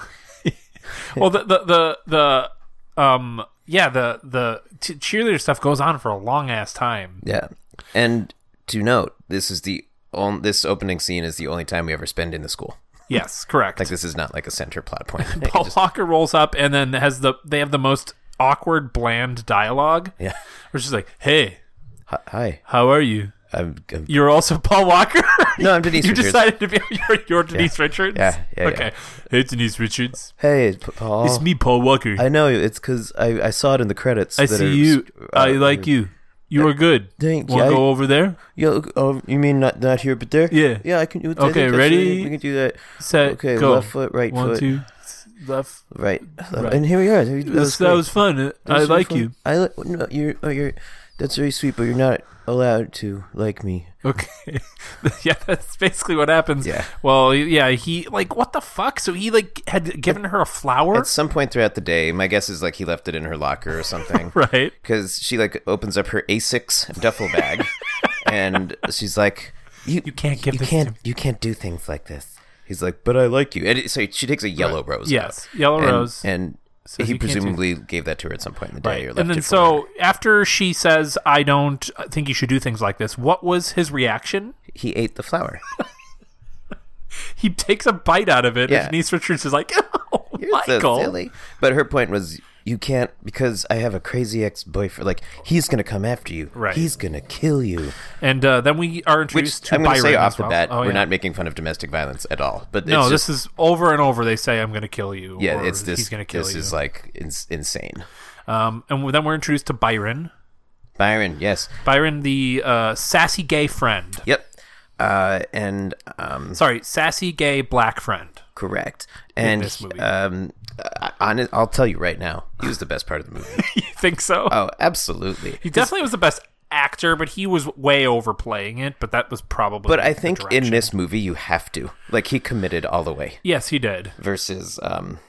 well the the the, the um yeah the the t- cheerleader stuff goes on for a long ass time Yeah, and to note, this is the on, this opening scene is the only time we ever spend in the school. yes correct Like this is not like a center plot point. paul walker rolls up and then has the they have the most awkward bland dialogue yeah. which is like hey Hi. how are you I'm, I'm- you're also paul walker no, I'm Denise. you Richards. decided to be you're, you're denise richards Yeah, yeah, yeah. okay hey denise richards Hey, it's P- Paul. it's me paul walker i, I know it's because I, I saw it in the credits. that see are- you uh, i like you you are good Thank you. want I- to go over there You, oh, you mean not not here but there? Yeah. Yeah, I can do. I Okay, think that's ready? right. We can do that. set Okay, go left foot, right one foot, two left right. And here we are. That was That's, that great. was fun. Uh, That I was like fun. you. I like. No, you're. Oh, you're. That's very sweet, but you're not allowed to like me. Okay. yeah, that's basically what happens. Yeah. Well, yeah, he like what the fuck? So he like had given her a flower, At some point throughout the day, my guess is like he left it in her locker or something. right? because she like opens up her Asics duffel bag, and she's like, "You, You can't give you this can't to me." you can't do things like this." He's like, "But I like you," and it- so she takes a yellow rose. Yes, yellow out, and, rose. and you he can't do- presumably gave that to her at some point in the day, or left and then it for her. so after she says, "I don't think you should do things like this," what was his reaction? he ate the flower. He takes a bite out of it. Yeah. And Denise Richards is like, "Oh, You're so Michael." silly. But her point was, you can't because I have a crazy ex boyfriend. Like he's gonna come after you. Right. He's gonna kill you. And uh, then we are Which introduced to I'm gonna Byron say as off the well. bat, Oh, we're yeah. not making fun of domestic violence at all. But No, it's this is over and over. They say, "I'm going to kill you." Yeah, or, it's this. He's going to kill this you. is like ins- insane. um, and then we're introduced to Byron. Byron, yes, Byron, the uh, sassy gay friend. yep, uh, and um, Sorry, sassy gay black friend. correct. And this movie. um, uh, honest, I'll tell you right now, he was the best part of the movie. You think so? oh, absolutely. he definitely was the best actor, but he was way overplaying it. But that was probably. But I the think direction. in this movie, you have to like he committed all the way yes, he did. versus um,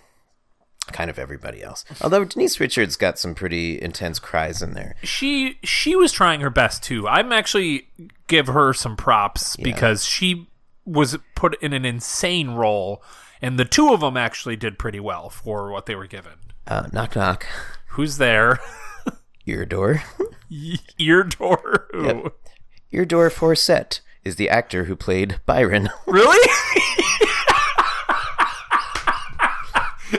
kind of everybody else. Although Denise Richards got some pretty intense cries in there. She she was trying her best too. I'm actually give her some props because she was put in an insane role, and the two of them actually did pretty well for what they were given. Uh, knock knock, Who's there? your door. Ear door. Who? Your door Forsett is the actor who played Byron. Really?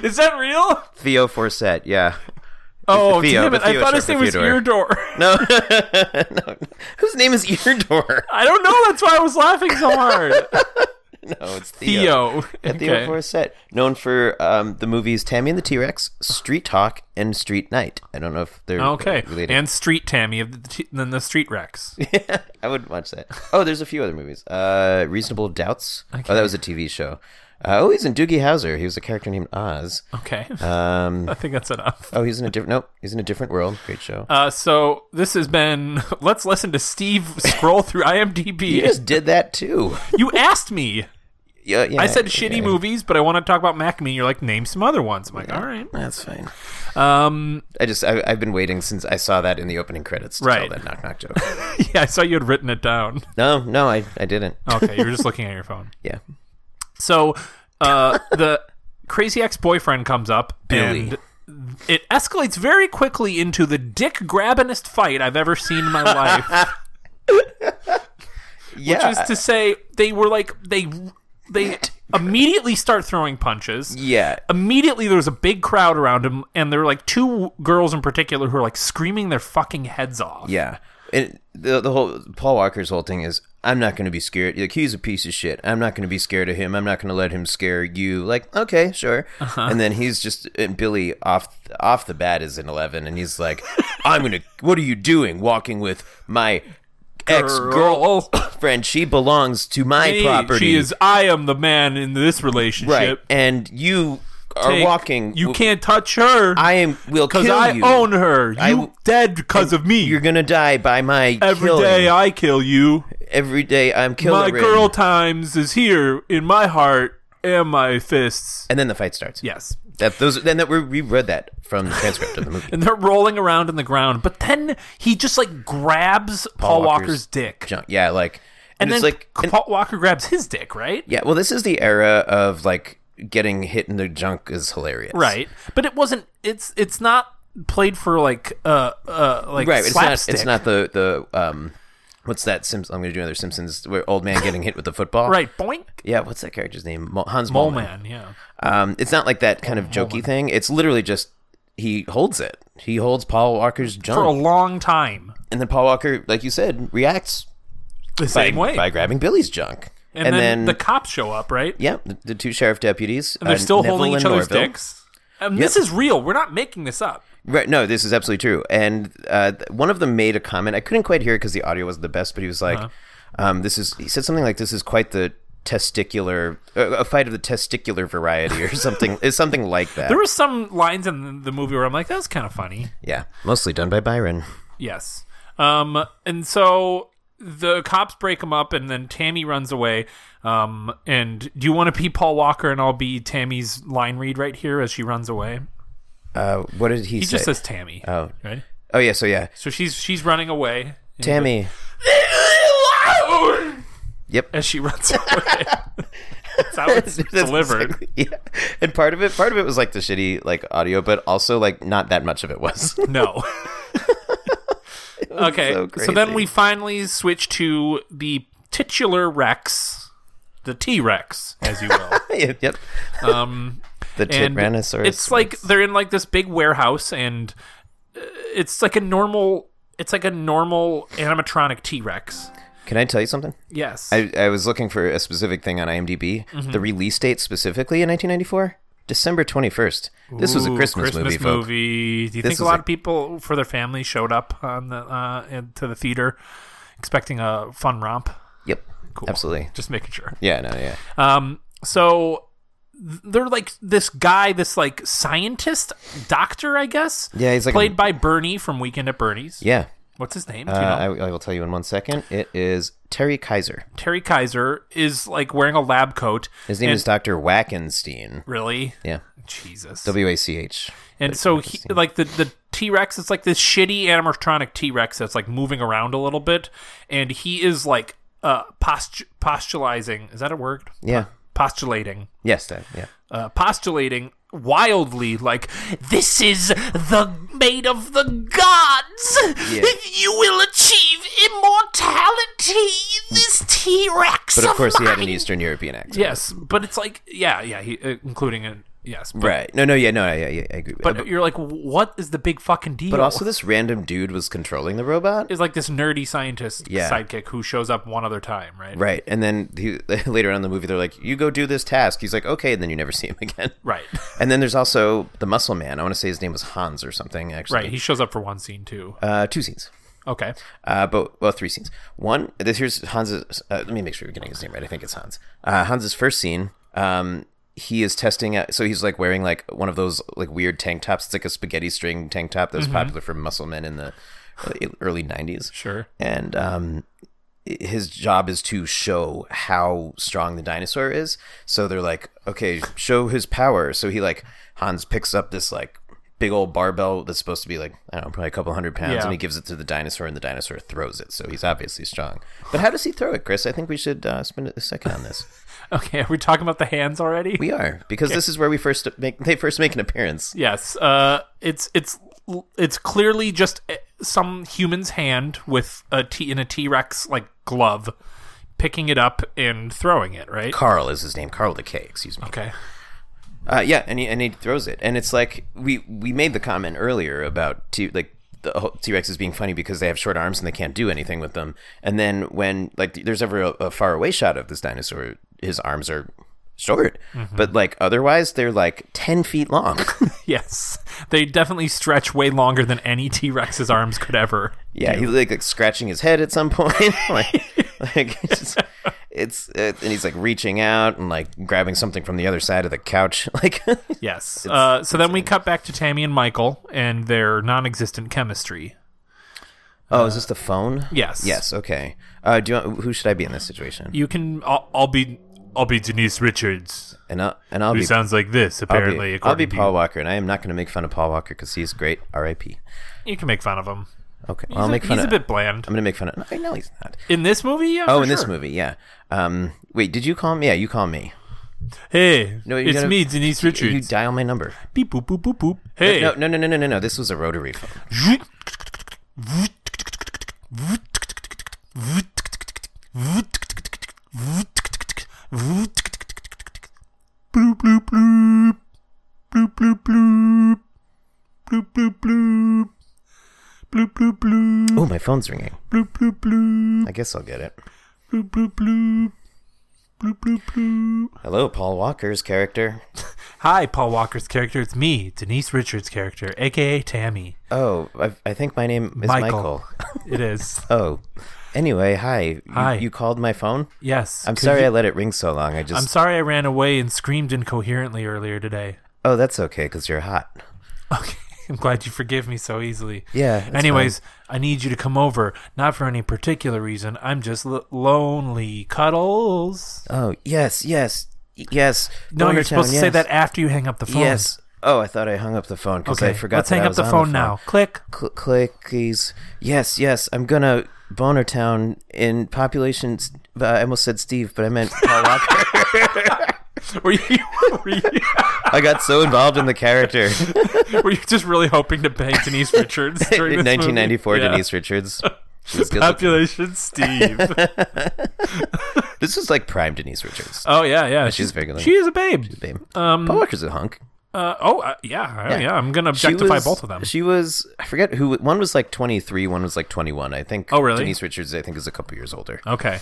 Is that real? Theo Forsett, yeah. Oh, Theo, damn it. the I Theo thought short his for name was Theodore. Eardor. No. no. Whose name is Eardor? I don't know. That's why I was laughing so hard. No, it's Theo. Theo. Theo Okay. Forsett, known for um, the movies Tammy and the T Rex, Street Talk, and Street Night. I don't know if they're uh, Okay. related. And Street Tammy of the t- then the Street Rex. I would watch that. Oh, there's a few other movies. Uh, Reasonable Doubts. Oh, that was a TV show. Uh, oh, he's in Doogie Howser. He was a character named Oz. Okay. Um, I think that's enough. oh, he's in a different. Nope, he's in a different world. Great show. Uh, so this has been. Let's listen to Steve scroll through you IMDb. just did that too. You asked me. Yeah, yeah, I said yeah. shitty movies, but I want to talk about Mac and me. You're like, name some other ones. I'm like, all right. That's fine. Um, I just I, I've been waiting since I saw that in the opening credits to Right. tell that knock knock joke. yeah, I saw you had written it down. No, no, I, I didn't. Okay, you were just looking at your phone. Yeah. So uh, the crazy ex boyfriend comes up, Billy. and it escalates very quickly into the dick grabbinest fight I've ever seen in my life. Yeah. Which is to say, they were like they they immediately start throwing punches. Yeah. Immediately, there was a big crowd around him, and there were like two girls in particular who are like screaming their fucking heads off. Yeah. And the, the whole Paul Walker's whole thing is I'm not going to be scared. Like he's a piece of shit. I'm not going to be scared of him. I'm not going to let him scare you. Like okay, sure. Uh-huh. And then he's just and Billy off off the bat is an 11 and he's like I'm going to what are you doing walking with my ex Girl. girlfriend? She belongs to my Hey, property. She is. I am the man in this relationship. right. And you are Take- walking You can't touch her. I am will Because kill I you. own her. You I w- dead because of me. You're going to die by my Every killing. day I kill you. Every day I'm killing my girl times is here in my heart and my fists. And then the fight starts. Yes. That those then that we reread that from the transcript of the movie. And they're rolling around in the ground, but then he just like grabs Paul, Walker's, Walker's dick. Junk. Yeah, like And and, then it's like and- Paul Walker grabs his dick, right? yeah. Well, this is the era of like getting hit in the junk is hilarious. Right. But it wasn't it's it's not played for like uh uh like Right. It's not. slapstick. It's not the the um. What's that? Simpsons. I'm going to do another Simpsons where old man getting hit with the football. right. Boink. Yeah. What's that character's name? Mo- Hans Mole Moleman. man, yeah. Um. It's not like that kind Oh, of jokey thing. It's literally just he holds it. He holds Paul Walker's junk, For a long time. and then Paul Walker, like you said, reacts The same by, way. by grabbing Billy's junk. and, then, the cops show up, right? Yeah, the, the two sheriff deputies. uh, And they're still holding each other's Norville. dicks. And this is real. We're not making this up. Right. No, this is absolutely true. And uh, th- one of them made a comment. I couldn't quite hear it because the audio wasn't the best, but he was Uh-huh. like, um, "This is." He said something like, "This is quite the testicular, uh, a fight of the testicular variety, or something. is something like that." There were some lines in the movie where I'm like, that was kind of funny. yeah, mostly done by Byron. Yes. Um, and so the cops break him up, and then Tammy runs away. Um, and do you want to be Paul Walker, and I'll be Tammy's line read right here as she runs away? Uh, what did he, He say? just says Tammy. Oh, right. oh yeah, so yeah, So she's she's running away. Tammy. Yep. As she runs away. That's how it's That's delivered. exactly- yeah. And part of it, part of it was like the shitty like audio, but also like not that much of it was. No. okay. so So, crazy. then we finally switch to the titular Rex, the T Rex, as you will. yep. yep. um, The and Tyrannosaurus. it's like they're in like this big warehouse, and uh, it's like a normal. It's like a normal animatronic T Rex. Can I tell you something? Yes. I, I was looking for a specific thing on IMDb. Mm-hmm. The release date specifically in 1994, December 21st. This was a Ooh, Christmas, movie, folks. movie. Do you think a is lot a- of people for their family showed up on the uh, in- to the theater expecting a fun romp? Yep. Absolutely. Just making sure. Yeah, no, yeah. Um, so th- they're like this guy, this like scientist doctor, I guess. Yeah, he's like a- played by Bernie from Weekend at Bernie's. Yeah. What's his name? Do Uh, you know? I, I will tell you in one second. It is Terry Kaiser. Terry Kaiser is like wearing a lab coat. His name And- is Dr. Wackenstein. Really? Yeah. Jesus. W A C H. and so he like the the T Rex. It's like this shitty animatronic T Rex that's like moving around a little bit, and he is like uh postu- postulizing. Is that a word? Yeah. Postulating. Yes, that. Yeah. uh, postulating wildly like this is the made of the gods Yeah. you will achieve immortality this t-rex But of course, he had an mine." Eastern European accent. yes but it's like yeah yeah he, uh, including an yes but, Right. No, no, yeah, no, yeah, yeah, I agree. with but you're like what is the big fucking deal but also, this random dude was controlling the robot. is like this nerdy scientist Yeah. sidekick who shows up one other time right Right. And then he, later on in the movie, they're like, you go do this task. He's like, okay. And then you never see him again. right And then there's also the muscle man. I want to say his name was Hans or something, actually. right he shows up for one scene too Uh, two scenes. okay Uh, but well, three scenes. One, this here's Hans's. Uh, let me make sure we're getting his name right. I think it's Hans. Uh, Hans's first scene. Um, he is testing out. So he's like wearing like one of those like weird tank tops. It's like a spaghetti string tank top that was Mm-hmm. popular for muscle men in the early- early '90s. sure and um, his job is to show how strong the dinosaur is. So they're like, okay, show his power. So he like Hans picks up this like big old barbell that's supposed to be like I don't know, probably a couple hundred pounds, Yeah. and he gives it to the dinosaur, and the dinosaur throws it. So he's obviously strong. But how does he throw it, Chris? I think we should uh, spend a second on this. okay are we talking about the hands already We are because this is where we first make they first make an appearance. Yes, uh, it's it's it's clearly eh, just some human's hand with a T in a T Rex like glove picking it up and throwing it, right? Carl is his name. Carl the K. Excuse me. Okay. Uh, yeah, and he and he throws it, and it's like we we made the comment earlier about t like the T Rex is being funny because they have short arms and they can't do anything with them, and then when like there's ever a, a far away shot of this dinosaur, his arms are short, but like otherwise they're like ten feet long. Yes. They definitely stretch way longer than any T Rex's arms could ever. yeah, he's like, like, scratching his head at some point, like like it's. Just, It's it, and he's like reaching out and like grabbing something from the other side of the couch, like Yes. Uh, so then we cut back to Tammy and Michael and their non existent chemistry. oh, is this the phone? Yes. Yes. Okay. Uh, do you want, who should I be in this situation? You can. I'll, I'll be. I'll be Denise Richards, and I'll and I'll who be sounds like this. I'll Apparently, be, I'll be according to Paul Walker, and I am not going to make fun of Paul Walker because he's great. R.I.P. You. you can make fun of him. Okay, He's I'll a- make fun He's of. a bit bland I'm going to make fun of. No, no, he's not. in this movie. Yeah, Oh, for in this sure. movie, yeah. Um, wait, did you call me? Yeah, you call me. Hey, No, you it's gotta- me, Denise You, Richards. dial my number. Beep boop boop boop boop. Hey, No, no, no, no, no, no, no. This was a rotary phone. bloop bloop bloop bloop bloop bloop bloop bloop bloop bloop bloop bloop Oh, my phone's ringing. bloop bloop bloop I guess I'll get it. bloop bloop bloop bloop bloop bloop. Hello, Paul Walker's character. Hi, Paul Walker's character. It's me, Denise Richards' character, aka Tammy. Oh, I, I think my name is Michael. Michael. It is. Oh, anyway, hi. You- Hi. You, called my phone. Yes. I'm could sorry you- I let it ring so long. I just. I'm sorry I ran away and screamed incoherently earlier today. Oh, that's okay because you're hot. Okay. I'm glad you forgive me so easily. Yeah, that's Anyways, I need you to come over. Not for any particular reason. I'm just l- lonely. Cuddles. Oh, yes, yes, y- yes. No, you're Bonertown, supposed to say yes, that after you hang up the phone. Yes. Oh, I thought I hung up the phone because Okay. I forgot. Let's that hang I up was the on phone, the now. Click. Cl- clickies. Yes, yes. I'm gonna Bonertown in population. s- Uh, I almost said Steve, but I meant Paul Walker. Were you, were you I got so involved in the character. were you just really hoping to pay Denise Richards during in this 1994, movie? Yeah. Denise Richards. She was good looking. Population Steve. This was like prime Denise Richards. oh yeah, yeah. She's very good. She is a babe. Babe. um, Paul Walker's a hunk. Uh, oh uh, yeah, yeah, yeah. I'm gonna She objectify was- both of them. She was I forget who one was like 23, one was like 21. I think. Oh, really? Denise Richards I think is a couple years older okay,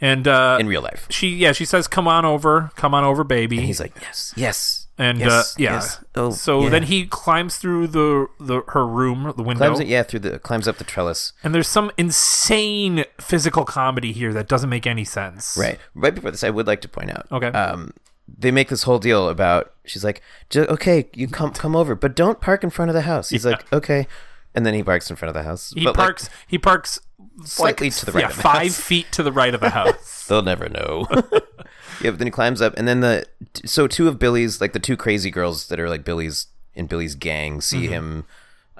and uh, in real life. she yeah she says come on over, come on over, baby. He's like yes, yes, and yes, uh, yeah, yes. Oh, so yeah. then he climbs through the the her room, the window, climbs it, yeah through the climbs up the trellis. and there's some insane physical comedy here that doesn't make any sense. Right, right before this, I would like to point out. Okay. Um, they make this whole deal about she's like, "J- okay, you come come over, but don't park in front of the house. He's like, okay, and then he parks in front of the house. He but, like, parks. he parks Slightly like, to the right Yeah, of the five house. feet to the right of the house. They'll never know. yeah, but then he climbs up, and then the t- so two of Billy's like the two crazy girls that are like Billy's in Billy's gang see Mm-hmm. him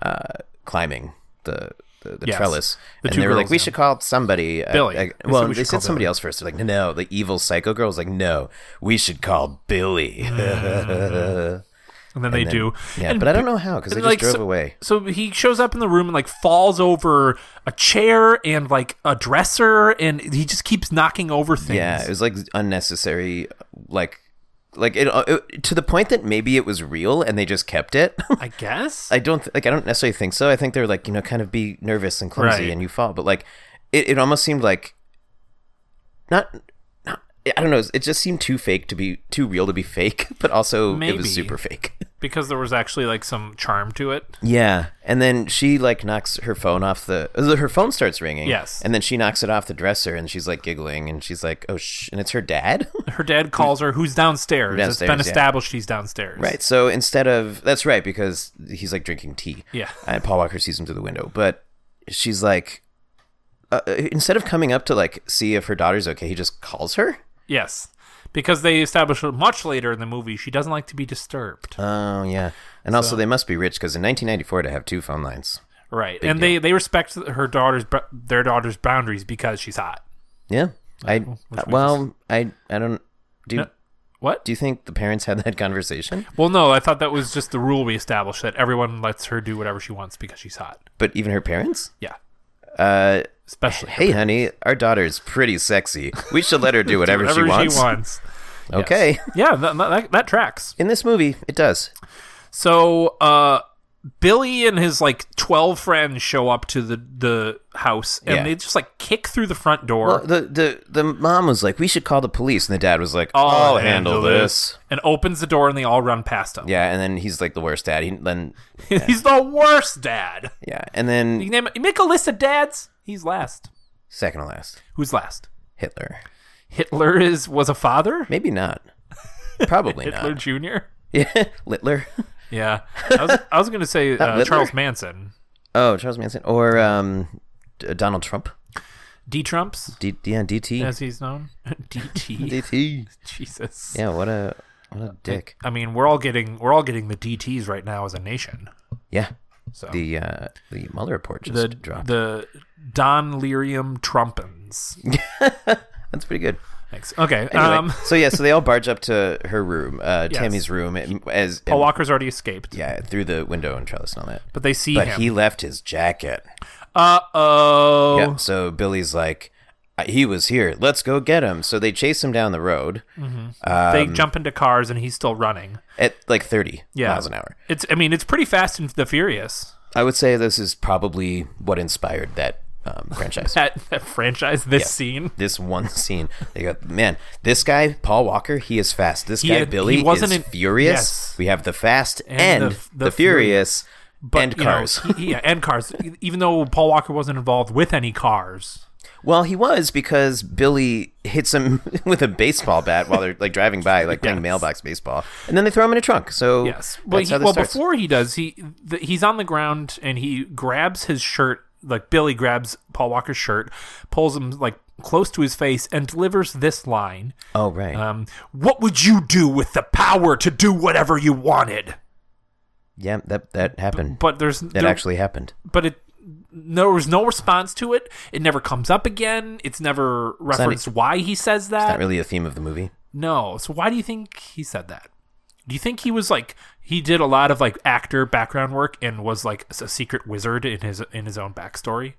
uh, climbing the the, the Yes. trellis, The two and they were like, girls, "We yeah. should call somebody." I- Billy. I- We said well, we they should said call somebody else first. They're like, "No, no." The evil psycho girl was like, "No, we should call Billy." And then they do. yeah, And but I don't know how because they and, just like, drove so- away. So he shows up in the room and like falls over a chair and like a dresser, and he just keeps knocking over things. Yeah, it was like unnecessary, like. Like it, it to the point that maybe it was real and they just kept it. I guess. I don't th- like. I don't necessarily think so. I think they're like you know, kind of be nervous and clumsy, Right. and you fall. But like, it, it almost seemed like not, not. I don't know. It just seemed too fake to be too real to be fake, but also it Maybe. was super fake. because there was actually like some charm to it. Yeah, and then she like knocks her phone off the. Her phone starts ringing. Yes. and then she knocks it off the dresser, and she's like giggling, and she's like, "Oh sh!" And it's her dad. Her dad calls her, who's downstairs. Downstairs, it's been yeah. established she's downstairs. Right. So instead of that's right because he's like drinking tea. Yeah. And Paul Walker sees him through the window, but she's like, uh, instead of coming up to like see if her daughter's okay, he just calls her. Yes. Because they establish much later in the movie, she doesn't like to be disturbed. Oh yeah. And also they must be rich because in 1994 to have two phone lines. right. And they, they respect her daughter's bu- their daughter's boundaries because she's hot. Yeah. I uh, which we well I I don't do. No. What? Do you think the parents had that conversation? well, no, I thought that was just the rule we established that everyone lets her do whatever she wants because she's hot. But even her parents? Yeah. Uh, especially. Hey, honey, our daughter's pretty sexy. We should let her do whatever, she wants. Okay. Yeah, that, that, that tracks. In this movie, it does. So uh Billy and his like twelve friends show up to the the house and Yeah. they just like kick through the front door Well, the, the the mom was like, "We should call the police," and the dad was like, "I'll, handle, this." and opens the door and they all run past him. Yeah, and then he's like the worst dad. He then He's the worst dad. yeah, and You then name you make a list of dads, he's last. second to last, Who's last? Hitler. Hitler is was a father? Maybe not. Probably Hitler not. Jr. Yeah, Littler. Yeah. I was, I was gonna say uh, Hitler? Charles Manson. Oh, Charles Manson or um, D- Donald Trump. D Trumps, D- yeah, DT. as he's known. DT. DT. Jesus. Yeah, what a what a dick. I mean, we're all getting we're all getting the DTs right now as a nation. Yeah. So The uh, the Mueller report just the dropped. the Don Lirium Trumpens. That's pretty good. Thanks. Okay. Anyway, Um, so yeah, so they all barge up to her room, uh, Yes. Tammy's room, and, as and- Paul oh, Walker's already escaped, yeah, through the window and trellis and all that. but they see But him. he left his jacket. uh oh. Yeah. So Billy's like, he was here. Let's go get him. So they chase him down the road um, they jump into cars and he's still running. at like 30 Yeah. miles an hour. It's I mean it's pretty fast and the furious. I would say this is probably what inspired that um, franchise. That, that franchise this scene. this one scene, they go, man, this guy Paul Walker, he is fast. This He guy had- Billy he wasn't is in- furious. yes. We have the fast and, the the, f- the furious, and you know, cars. he- yeah, and cars. E, Even though Paul Walker wasn't involved with any cars. Well, he was because Billy hits him with a baseball bat while they're like driving by, like playing Yes. mailbox baseball, and then they throw him in a trunk. So Yes, but that's he, how this well, starts. before he does, he th- he's on the ground and he grabs his shirt. Like Billy grabs Paul Walker's shirt, pulls him like close to his face, and delivers this line: oh right, um, "What would you do with the power to do whatever you wanted?" yeah, that that happened. But there's that there- actually happened. but it there was no response to it. It never comes up again. It's never referenced why he says that. e- Not really a theme of the movie. No. So why do you think he said that? Do you think he was like he did a lot of like actor background work and was like a secret wizard in his in his own backstory?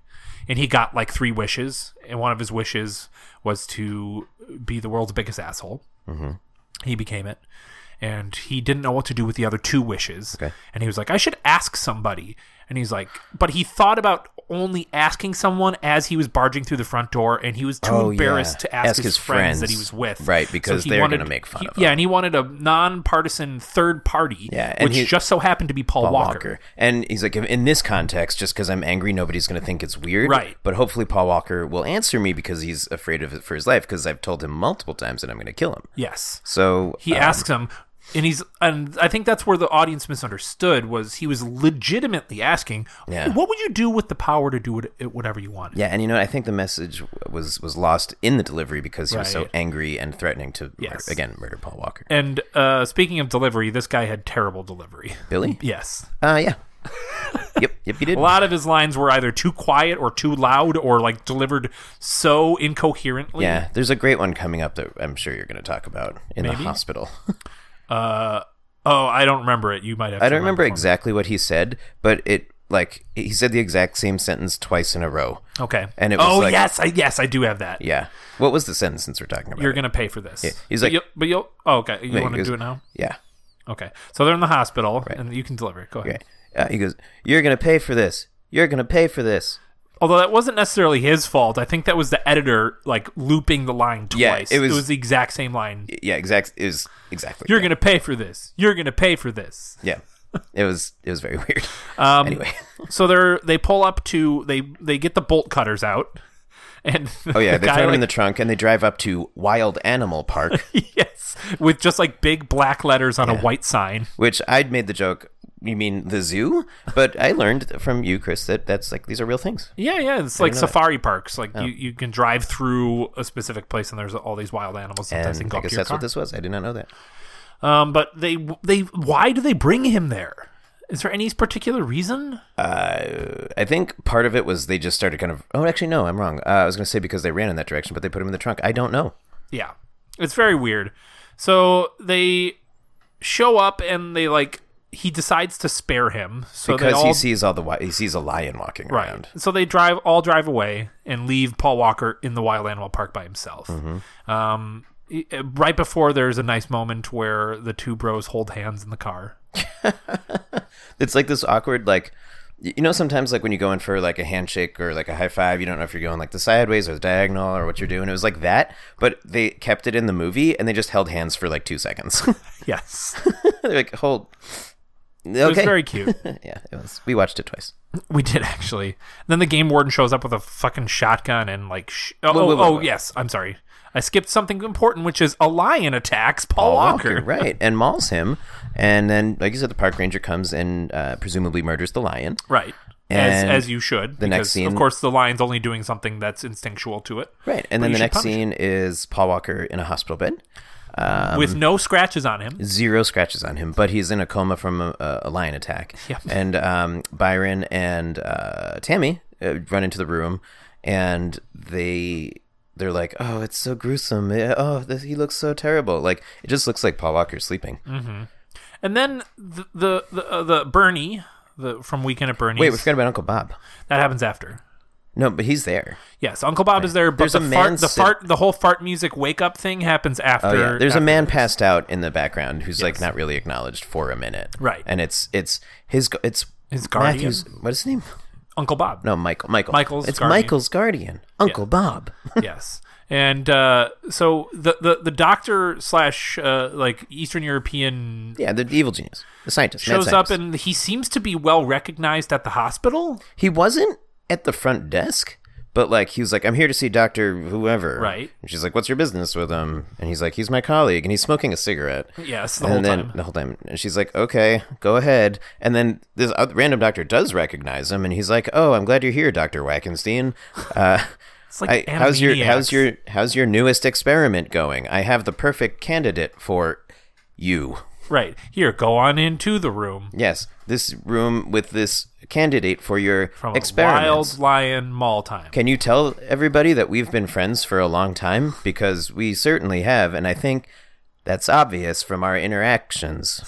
And he got like three wishes, and one of his wishes was to be the world's biggest asshole. Mm-hmm. He became it, and he didn't know what to do with the other two wishes. Okay. And he was like, "I should ask somebody." And he's like, but he thought about only asking someone as he was barging through the front door, and he was too Oh, embarrassed yeah. to ask, his, friends, that he was friends. with, Right, because he they're wanted- gonna make fun he- of Yeah, and he wanted a nonpartisan third party, Yeah, and which he- just so happened to be Paul, Paul Walker. Walker. And he's like, in this context, just because I'm angry, nobody's going to think it's weird. Right. But hopefully, Paul Walker will answer me because he's afraid of it for his life because I've told him multiple times that I'm going to kill him. Yes, So he um, asks him, and he's and I think that's where the audience misunderstood was he was legitimately asking, Yeah. "What would you do with the power to do what, whatever you want?" Yeah, and you know, I think the message was was lost in the delivery because he was so Right. angry and threatening to mur- Yes. again murder Paul Walker. And uh, speaking of delivery, this guy had terrible delivery. Billy? Yes. Uh, yeah. yep, yep, he did. A lot of his lines were either too quiet or too loud or like delivered so incoherently. Yeah, there's a great one coming up that I'm sure you're going to talk about in the hospital. Uh, oh, I don't remember it. You might have. I don't remember exactly what he said, but it like he said the exact same sentence twice in a row. Okay. And it was oh like- yes, I, yes, I do have that. Yeah. What was the sentence since we're talking about? You're it? gonna pay for this. he's But like- you'll- but you'll. Oh, okay. You Yeah, want to he goes- do it now? Yeah. Okay. So they're in the hospital, and you can deliver. it. Go ahead. Okay. Uh, he goes, "You're gonna pay for this. You're gonna pay for this." Although that wasn't necessarily his fault. I think that was the editor like looping the line Yeah, twice. it was- the exact same line. Yeah. Exact is exactly. You're gonna pay for this. You're gonna pay for this. yeah. It was it was very weird. Um, anyway. So they're they pull up to they they get the bolt cutters out, and Oh yeah, the they guy, throw him like, in the trunk and they drive up to Wild Animal Park, yes with just like big black letters on a white sign. which I'd made the joke. You mean the zoo? But I learned from you, Chris, that that's like these are real things. Yeah, yeah, it's like safari parks. Like Oh. you, you can drive through a specific place, and there's all these wild animals. Sometimes they can And go I up to guess your that's car. what this was. I did not know that. um, but they, they, why do they bring him there? Is there any particular reason? I think part of it was they just started kind of. Oh, actually, no, I'm wrong. Uh, I was going to say because they ran in that direction, but they put him in the trunk. I don't know. Yeah, it's very weird. So they show up and they like he decides to spare him so they because all he sees all the wi- he sees a lion walking Right. around. So they drive all drive away and leave Paul Walker in the wild animal park by himself. Mm-hmm. Um, e- uh, right before there's a nice moment where the two bros hold hands in the car. It's like this awkward like y- you know sometimes like when you go in for like a handshake or like a high five, you don't know if you're going like the sideways or the diagonal or what you're doing. It was like that, but they kept it in the movie and they just held hands for like two seconds. Yes. They're like hold. Okay. It was very cute. yeah, it was. We watched it twice. We did actually. Then the game warden shows up with a fucking shotgun and like. Sh- oh, Wait, wait, wait, oh, wait. yes. I'm sorry. I skipped something important, which is a lion attacks Paul, Walker. Oh, right, and mauls him, and then, like you said, the park ranger comes and uh, presumably murders the lion. Right. As, And as you should. the next because, Of scene- course, the lion's only doing something that's instinctual to it. Right, and then you the should next punish scene is Paul Walker in a hospital bed, with um, no scratches on him. zero scratches on him, but he's in a coma from a, a, a lion attack. Yep. And um, Byron and uh, Tammy uh, run into the room, and they they're like, "Oh, it's so gruesome. Eh, Oh, th- he looks so terrible. Like it just looks like Paul Walker sleeping." And then the the the, uh, the Bernie the, from Weekend at Bernie's. Wait, we forgot about Uncle Bob. that happens after. No, but he's there. Yes, Uncle Bob is there, but There's the a man fart, the sit- fart, the whole fart music wake up thing happens after. Oh yeah, there's a after man this. passed out in the background who's like not really acknowledged for a minute, Right. And it's it's his gu- it's His guardian? Matthew's, what is his name? Uncle Bob. No, Michael. Michael. Michael's It's guardian. Michael's guardian, Uncle Bob. yes, and uh, so the, the the doctor slash uh, like Eastern European yeah, the evil genius, the scientist. mad shows up scientist. and he seems to be well recognized at the hospital. he wasn't at the front desk, but like he was like, "I'm here to see Doctor Whoever." Right. And she's like, "What's your business with him?" And he's like, "He's my colleague, and he's smoking a cigarette." Yes, the and whole then time. the whole time, and she's like, "Okay, go ahead." And then this other random doctor does recognize him, and he's like, "Oh, I'm glad you're here, Doctor Wackenstein. Uh, It's like I, how's your Animaniacs. how's your how's your newest experiment going? I have the perfect candidate for you. right here? Go on into the room Yes, this room with this candidate for your from a experiment. wild lion mall time. Can you tell everybody that we've been friends for a long time? Because we certainly have, and I think that's obvious from our interactions."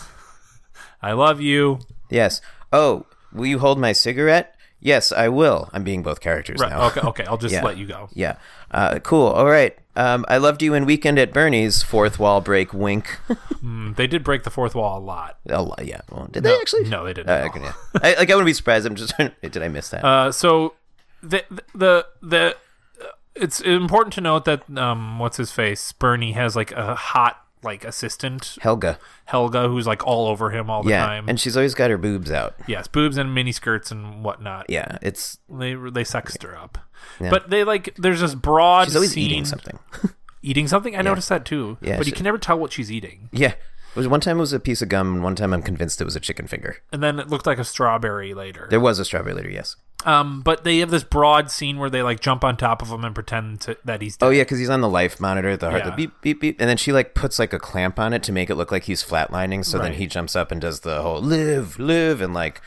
I love you. Yes. Oh, will you hold my cigarette? Yes, I will. I'm being both characters Right. now. Okay. Okay. I'll just Yeah. let you go. Yeah. Uh, cool. All right. Um, I loved you in Weekend at Bernie's. Fourth wall break. Wink. Mm, They did break the fourth wall a lot. A lo- yeah. Well, did they actually? No, they didn't. Uh, at all. okay, yeah. I, like I wouldn't be surprised. I'm just. did I miss that? Uh, so the the the uh, it's important to note that um, what's his face Bernie has like a hot like assistant Helga. Helga who's like all over him all the Yeah. time. And she's always got her boobs out. yes, boobs and mini skirts and whatnot. Yeah. It's. They they sexed her up. But they like there's this broad She's always scene eating something. Eating something? I noticed that too. Yeah, but you she- can never tell what she's eating. yeah. It was one time it was a piece of gum, and one time I'm convinced it was a chicken finger. And then it looked like a strawberry later. There was a strawberry later. Yes. Um, but they have this broad scene where they like jump on top of him and pretend to, that he's dead. Oh yeah, because he's on the life monitor, the heart, the Yeah. beep beep beep, and then she like puts like a clamp on it to make it look like he's flatlining. So then Right. he jumps up and does the whole live, live, and like,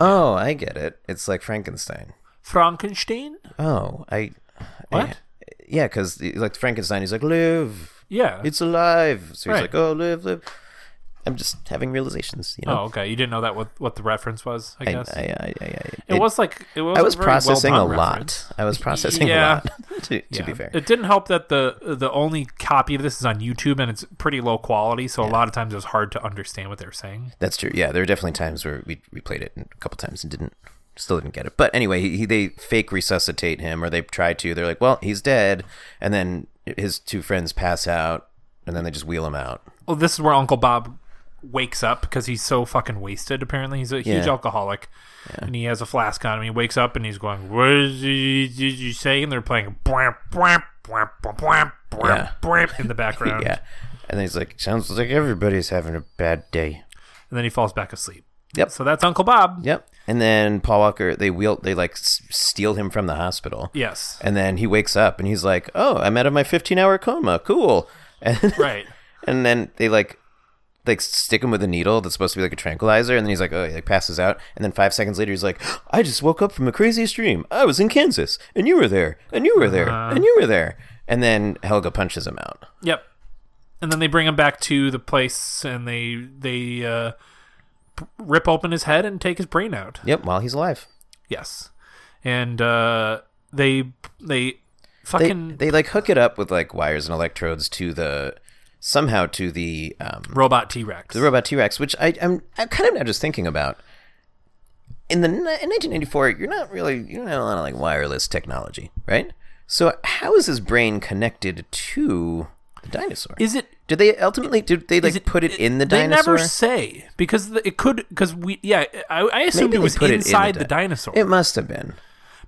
oh, I get it. It's like Frankenstein. Frankenstein? Oh, I What? I- yeah, because like Frankenstein, he's like live, Yeah. it's alive. So he's Right. like, oh, live, live. I'm just having realizations, you oh, know. okay. You didn't know that what what the reference was. I I, I, guess I, I, I, it, was like it was. I was a very processing a well-done lot. reference. I was processing Yeah. a lot. to, to be Yeah. fair, it didn't help that the the only copy of this is on YouTube and it's pretty low quality, so a lot of times it was hard to understand what they were saying. That's true. Yeah, there were definitely times where we we played it a couple times and didn't still didn't get it. But anyway, he, he they fake resuscitate him or they try to. They're like, "Well, he's dead." And then his two friends pass out and then they just wheel him out. Well, this is where Uncle Bob wakes up because he's so fucking wasted. Apparently, he's a huge Yeah. alcoholic, and he has a flask on him. He wakes up and he's going, "What is he- did you say?" And they're playing bwamp, bwamp, bwamp, bwamp, bwamp, Yeah. bwamp in the background, Yeah. And then he's like, "Sounds like everybody's having a bad day." and then he falls back asleep. Yep. So that's Uncle Bob. Yep. And then Paul Walker, they wheel they like s- steal him from the hospital. Yes. And then he wakes up and he's like, "Oh, I'm out of my 15-hour coma. Cool." And Right. and then they like like stick him with a needle that's supposed to be like a tranquilizer and then he's like oh he like passes out and then five seconds later he's like i just woke up from a craziest dream i was in kansas and you were there and you were there and you were there and then helga punches him out Yep. And then they bring him back to the place, and they they uh, rip open his head and take his brain out. Yep, while he's alive. Yes, and uh, they they They, fucking they like hook it up with like wires and electrodes to the somehow to the um, robot T Rex. the robot T Rex, which I, I'm I'm kind of now just thinking about. In the ni- in 1994, you're not really you don't have a lot of like wireless technology, right? So how is his brain connected to the dinosaur? Is it did they ultimately did they like is it- put it in the they dinosaur? never say because the, it could because we yeah I, I assumed Maybe it they was put it in the inside the, di- dinosaur, it must have been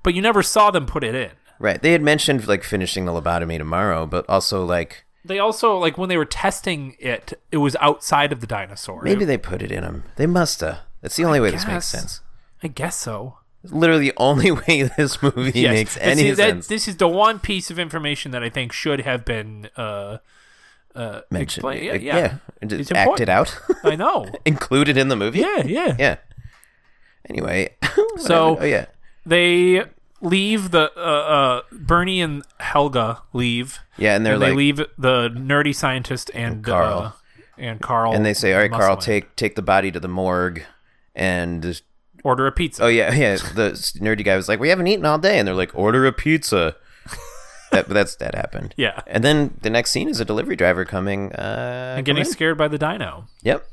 but you never saw them put it in. right. They had mentioned like finishing the lobotomy tomorrow, but also like They also like when they were testing it, it was outside of the dinosaur. maybe they put it in him. They musta. That's the only way this makes guess. sense. I guess so. It's literally the only way this movie Yes. makes But any see, that- sense. This is the one piece of information that I think should have been. Uh, Mentioned, explain- yeah, Like, yeah. And just It's act important. it out. I know. included in the movie. Yeah, yeah. Yeah. Anyway. So- whatever. oh yeah, They leave the uh, uh, Bernie and Helga leave. yeah, and they're and they like, leave the nerdy scientist and, Carl. Uh, and Carl. and they say, "All right, Carl, Musselman, take take the body to the morgue." And order a pizza. oh yeah, yeah, the s- nerdy guy was like, "We haven't eaten all day," and they're like, "Order a pizza." that that's that happened. Yeah. And then the next scene is a delivery driver coming. Uh, and getting come in. scared by the dino. Yep.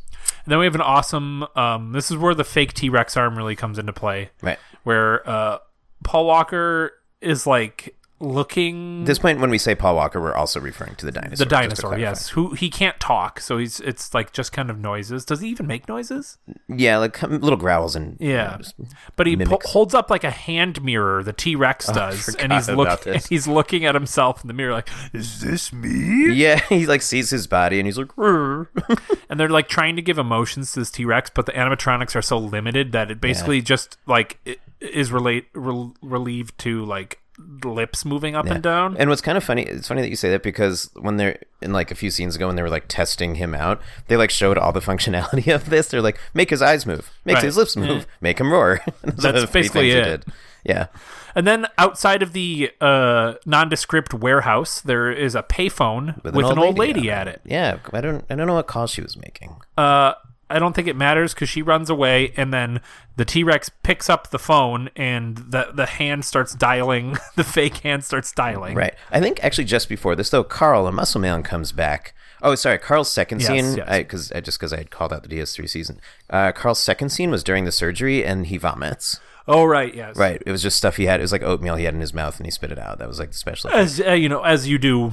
And then we have an awesome. Um, this is where the fake T Rex arm really comes into play. Right. Where uh, Paul Walker is like looking At this point, when we say Paul Walker, we're also referring to the dinosaur. the just to dinosaur. clarify. Yes, who he can't talk, so he's it's like just kind of noises. Does he even make noises? Yeah, like come- little growls and Yeah, just- but he po- mimics. Oh, holds up like a hand mirror. The T Rex does, and forgot he's about looking. this. And he's looking at himself in the mirror, like, "Is this me?" yeah. He like sees his body and he's like, "Rrr." And they're like trying to give emotions to this T Rex, but the animatronics are so limited that it basically just like i- is relate rel- relieved to like lips moving up and down. And what's kind of funny, it's funny that you say that because when they're in like a few scenes ago when they were like testing him out, they like showed all the functionality of this. They're like, make his eyes move, make Right. Mm. his lips move, make him roar. Those are That's the three basically things they it. did. Yeah. And then outside of the uh, nondescript warehouse, there is a payphone with, an old lady, on at it. Yeah. I don't I don't know what call she was making. Uh, I don't think it matters because she runs away, and then the T Rex picks up the phone, and the the hand starts dialing. the fake hand starts dialing. Right. I think actually just before this though, Carl, a muscle man, comes back. Oh, sorry, Carl's second Yes, scene. yes. I, cause I just because I had called out the DS3 season. Uh, Carl's second scene was during the surgery and he vomits. Oh, right. Yes. Right. It was just stuff he had. It was like oatmeal he had in his mouth and he spit it out. That was like the special effect. As uh, you know, as you do,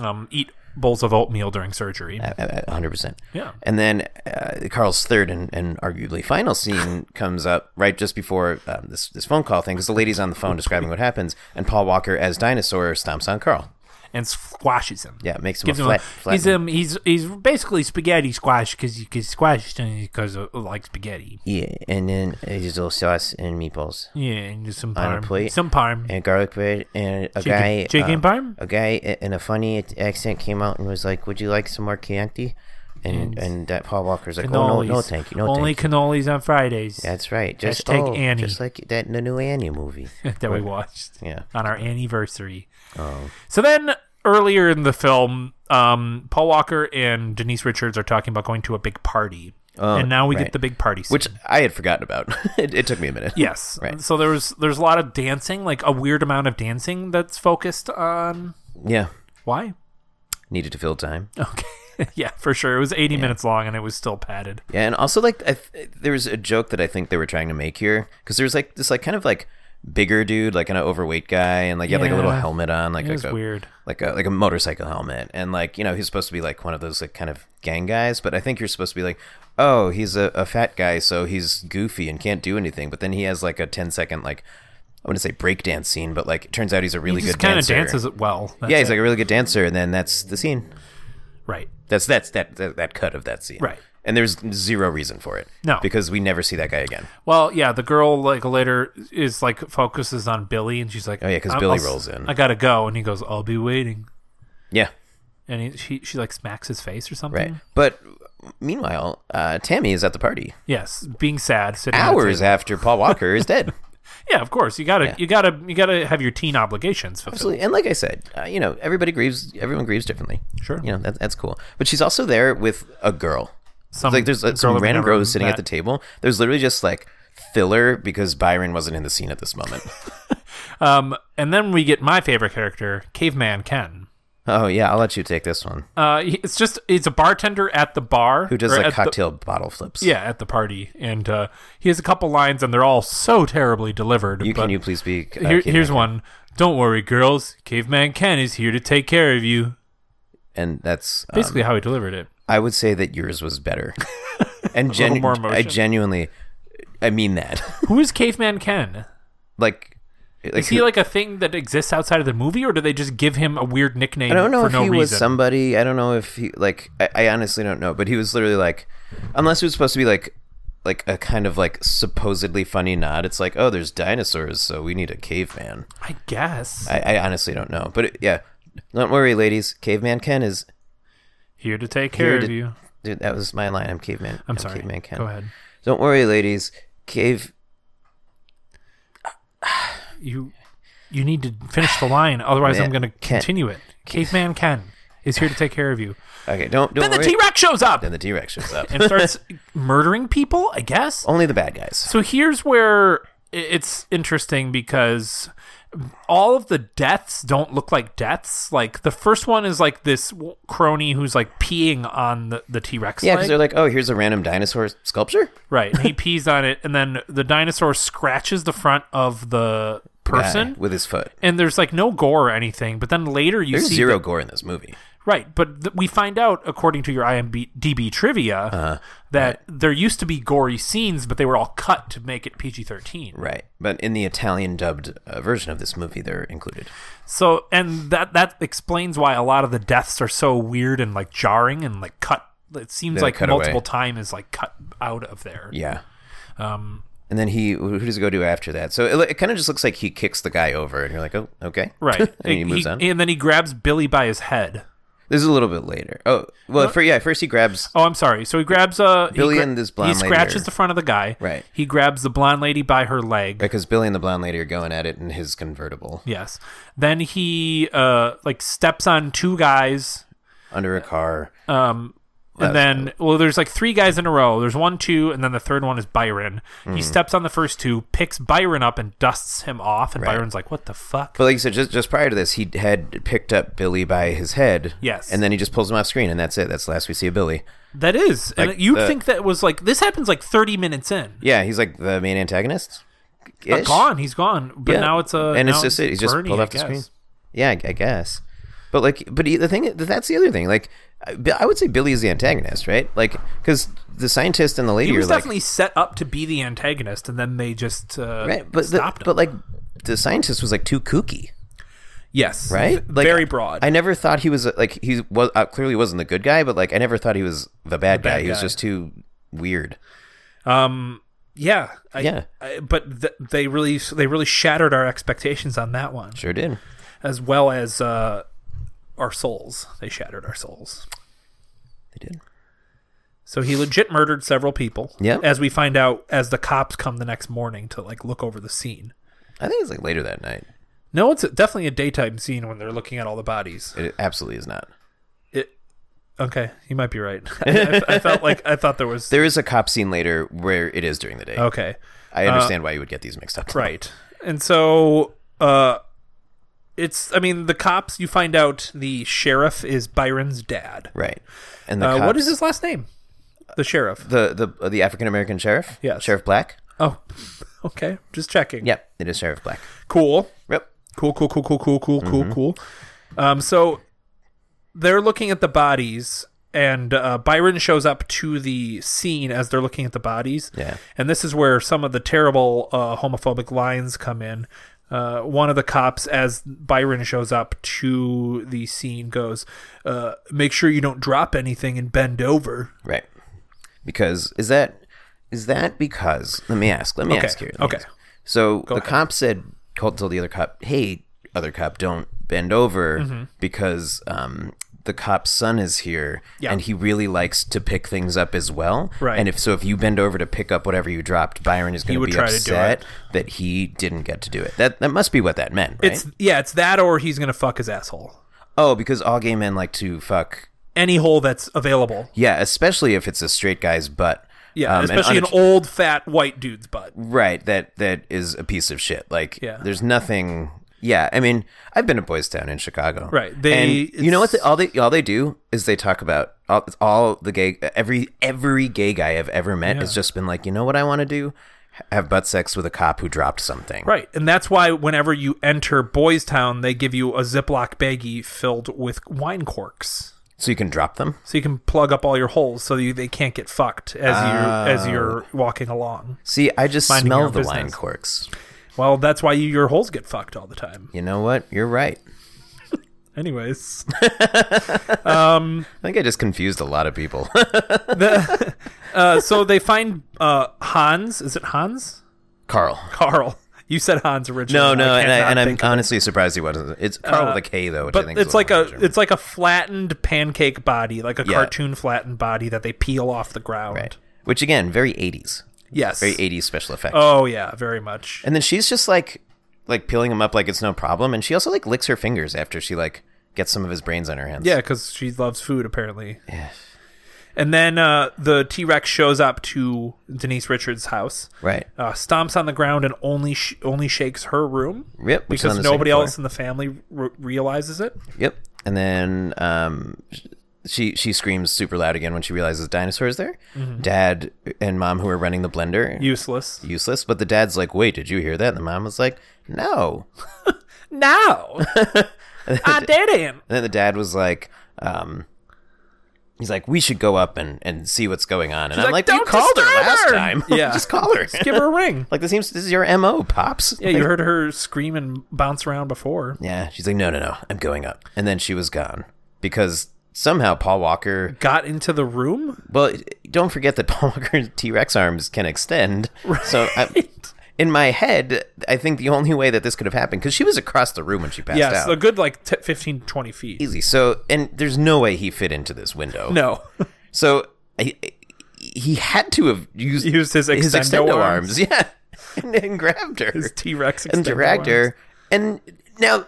um, eat bowls of oatmeal during surgery. hundred percent. Yeah. And then uh, Carl's third and, and arguably final scene comes up right just before um, this this phone call thing because the lady's on the phone describing what happens, and Paul Walker as dinosaur stomps on Carl. and squashes him. Yeah, makes him gives a him. flat. a, flat he's um he's he's basically spaghetti squash because he gets squashed because like spaghetti. yeah, and then uh, his little sauce and meatballs Yeah, and just some On a parm, plate. some parm. and garlic bread and a Chicken- guy chicken um, parm? A guy i- in a funny a- accent came out and was like, "Would you like some more Chianti?" And and that Paul Walker's like, "Oh no, no, Cannolis. thank you, no, Only thank you." cannolis on Fridays That's right. Just Hashtag oh, Annie. just like that the new Annie movie. that we watched Yeah. on our anniversary. Oh. So then earlier in the film, um, Paul Walker and Denise Richards are talking about going to a big party, and now we Oh, right. get the big party, scene. which I had forgotten about. it, it took me a minute. Yes. Right. So there's there's a lot of dancing, like a weird amount of dancing that's focused on Yeah. why? Needed to fill time. Okay. yeah, for sure. It was 80 minutes long and it was still padded. Yeah, and also like I th- there was a joke that I think they were trying to make here because there's like this like kind of like bigger dude, like an overweight guy, and like he had like a little Yeah. helmet on, like, It was like a weird. like a like a motorcycle helmet, and like you know he's supposed to be like one of those like kind of gang guys, but I think you're supposed to be like. Oh, he's a, a fat guy, so he's goofy and can't do anything. But then he has like a 10 second, like, I want to say breakdance scene, but like, it turns out he's a really He just good kind of dancer. dances it well. That's yeah, he's it. like a really good dancer, and then that's the scene. right. That's that's that that, that cut of that scene. Right. And there's zero reason for it. No. Because we never see that guy again. Well, yeah, the girl like later is like focuses on Billy and she's like, Oh, yeah, 'cause "I'm- Billy I'll- rolls in. I gotta go, and he goes, I'll be waiting, Yeah. and he, she she like smacks his face or something. Right. But meanwhile, uh, Tammy is at the party Yes, being sad, sitting at a hours table. after Paul Walker is dead. Yeah, of course you gotta you gotta you gotta have your teen obligations fulfilled. Absolutely. And like I said, uh, you know, everybody grieves. Everyone grieves differently. Sure. You know, that, that's cool. But she's also there with a girl. Some like there's like, some girl random never girl who's sitting at met. the table. There's literally just like filler because Byron wasn't in the scene at this moment. Um, and then we get my favorite character, Caveman Ken. oh yeah, I'll let you take this one. Uh, he- it's just it's a bartender at the bar Who does or like at the- cocktail bottle flips? yeah, at the party, and uh, he has a couple lines, and they're all so terribly delivered. You, but can you please be? Uh, here, Caitlin? here's one. Don't worry, girls. Caveman Ken is here to take care of you. and that's um, Basically, how he delivered it. I would say that yours was better. and little genu- more I emotion. genuinely, I mean that. Who is Caveman Ken? like, like Is he like a thing that exists outside of the movie, or do they just give him a weird nickname? I don't know for if no he reason? was somebody. I don't know if he like. I, I honestly don't know. But he was literally like, unless it was supposed to be like, like a kind of like supposedly funny nod. It's like, oh, there's dinosaurs, so we need a caveman. I guess I, I honestly don't know. But it, yeah, don't worry, ladies. Caveman Ken is here to take care here of to- you. Dude, that was my line. I'm caveman. I'm sorry. Caveman Ken. Go ahead. Don't worry, ladies. Cave. You you need to finish the line, otherwise I'm Man, going to Ken. continue it. Caveman Ken is here to take care of you. Okay, don't don't Then the worry. T Rex shows up then the T Rex shows up. and starts murdering people. I guess. Only the bad guys. So here's where i- it's interesting because all of the deaths don't look like deaths. Like the first one is like this w- crony who's like peeing on the the T Rex. Yeah, because they're like, oh, here's a random dinosaur sculpture. Right. And he pees on it, and then the dinosaur scratches the front of the person. Guy with his foot. And there's like no gore or anything, but then later you There's see zero that- gore in this movie. right, but th- we find out according to your IMDb trivia Uh-huh. that there used to be gory scenes, but they were all cut to make it PG-13. Right, but in the Italian dubbed uh, version of this movie, they're included. So and that that explains why a lot of the deaths are so weird and like jarring and like cut. It seems like cut away. multiple time is like cut out of there. Yeah. Um, Um, and then he, who does he go to after that? So it, lo- it kind of just looks like he kicks the guy over, and you're like, oh, okay, Right. and he moves on. and then he grabs Billy by his head. this is a little bit later. Oh, well, for yeah, first he grabs. Oh, I'm sorry. So he grabs uh he Billy and this blonde He lady scratches are- the front of the guy. Right. He grabs the blonde lady by her leg. Because Billy and the blonde lady are going at it in his convertible Yes. Then he uh like steps on two guys. under a car. And then, well, there's like three guys in a row. There's one, two, and then the third one is Byron. Mm-hmm. He steps on the first two, picks Byron up, and dusts him off. And Byron's like, "What the fuck?" But like you said, just just prior to this, he had picked up Billy by his head. Yes. And then he just pulls him off screen, and that's it. That's the last we see of Billy. That is, and you'd the- think that was like this happens like 30 minutes in. Yeah, he's like the main antagonist. Uh, gone. He's gone. But Yeah. now it's a and it's now just it. He's just Bernie, pulled I off the screen. guess. Yeah, I, I guess. But like, but he, the thing that's the other thing. Like, I I would say Billy is the antagonist, right? Like, because the scientist and the lady He was are like, definitely set up to be the antagonist, and then they just uh, right, but the, stopped him. but like, the scientist was like too kooky, yes, right? V- Like, very broad. I never thought he was like he was uh, clearly wasn't the good guy, but like I never thought he was the bad, guy. He was guy. just too weird. yeah, I, Yeah. I, but th- they really they really shattered our expectations on that one, Sure did. as well as uh, our souls. They shattered our souls. They did. So he legit murdered several people. Yeah. as we find out as the cops come the next morning to like look over the scene. I think it's like later that night. No, it's definitely a daytime scene when they're looking at all the bodies. It absolutely is not. It, okay, you might be right. I, I felt like I thought there was There is a cop scene later where it is during the day. okay, I understand why you would get these mixed up. Oh, uh, right, and so uh, it's I mean the cops. You find out the sheriff is Byron's dad. Right. And the Uh, cops, what is his last name? The sheriff. the the the African American sheriff? Yes. Sheriff Black? Oh, okay, just checking. Yep, it is Sheriff Black. cool. Yep. cool, cool, cool, cool, cool, cool, Mm-hmm. cool, cool. Um, so they're looking at the bodies, and uh, Byron shows up to the scene as they're looking at the bodies. Yeah. and this is where some of the terrible uh, homophobic lines come in. Uh, one of the cops, as Byron shows up to the scene, goes, uh, "Make sure you don't drop anything and bend over." Right. Because is that is that because let me ask. Let me Okay, ask here. let me okay. ask. So the ahead. cop said called told the other cop, Hey, other cop, don't bend over Mm-hmm. because um the cop's son is here Yeah. and he really likes to pick things up as well. Right. And if so if you bend over to pick up whatever you dropped, Byron is gonna would be try to do upset that he didn't get to do it. That that must be what that meant, right? It's yeah, it's that, or he's gonna fuck his asshole. Oh, because all gay men like to fuck any hole that's available. Yeah, especially if it's a straight guy's butt. Yeah, Um, and especially an unatt- old fat white dude's butt. Right, that that is a piece of shit. Like, Yeah. there's nothing. Yeah, I mean, I've been to Boys Town in Chicago. Right, they- and you know what? it's- The, all they all they do is they talk about all, it's all the gay every every gay guy I've ever met has just been like, you know what I want to do? Have butt sex with a cop who dropped something. Right, and that's why whenever you enter Boys Town, they give you a Ziploc baggie filled with wine corks, So you can drop them. so you can plug up all your holes, so you, they can't get fucked as you as Oh. you're walking along. See, I just Minding your smell own the business. wine corks. Well, that's why you, your holes get fucked all the time. You know what? You're right. Anyways, I think I just confused a lot of people. uh, so they find uh, Hans. Is it Hans? Carl. Carl. You said Hans No, originally. no, and, cannot I, and I'm think of it. Uh, honestly surprised he wasn't. It's Carl with a K though, which I But think is it's like little a German. it's like a flattened pancake body, like a Yeah. cartoon flattened body that they peel off the ground. Right. Which again, very 80s. Yes. Very 80s special effects. Oh yeah, very much. And then she's just like like peeling him up like it's no problem and she also like licks her fingers after she like gets some of his brains on her hands. Yeah, because she loves food apparently. And then uh, the T Rex shows up to Denise Richards' house, Right. uh, stomps on the ground, and only sh- only shakes her room. Yep, which is on because the second nobody floor. else in the family r- realizes it. Yep. And then um she she screams super loud again when she realizes dinosaur is there. Mm-hmm. Dad and mom who are running the blender Useless. useless, but the dad's like, "Wait, did you hear that?" And the mom was like, "No." No, I didn't. And then the dad was like, um, he's like, we should go up and, and see what's going on. And I'm like, like, you "Don't called her disturb last her!" time. Yeah. just call her. Give her a ring. like this seems this is your mo, pops. Yeah, you heard her scream and bounce around before. Yeah, she's like, no, no, no, I'm going up. And then she was gone because somehow Paul Walker. Got into the room. Well, don't forget that Paul Walker's T Rex arms can extend. So I, in my head, I think the only way that this could have happened because she was across the room when she passed Yes, out. a good like t- 15, 20 feet. Easy. So, and there's no way he fit into this window. No, So I, I- he had to have used, Used his extendo arms. yeah, and, and grabbed her his T Rex and dragged her. And now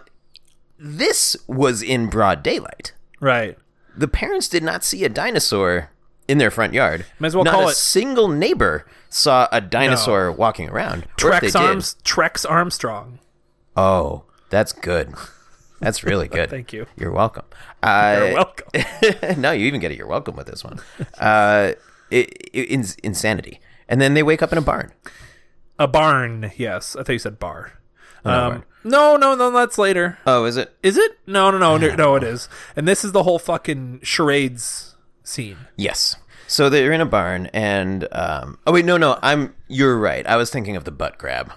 this was in broad daylight. Right. The parents did not see a dinosaur in their front yard. Might as well not call a it- single neighbor saw a dinosaur walking around. Or if they Trex did- Arms Trex Armstrong. Oh, that's good. That's really good. Thank you. You're welcome. Uh, You're welcome. no, you even get it. You're welcome with this one. Uh, it, it, ins- insanity. And then they wake up in a barn. A barn, yes. I thought you said bar. Oh, no, Um, barn. no, no, no, that's later. Oh, is it? Is it? No, no, no, no, no, it is. And this is the whole fucking charades scene. Yes. So they're in a barn, and um, oh wait, no, no, I'm. You're right. I was thinking of the butt grab,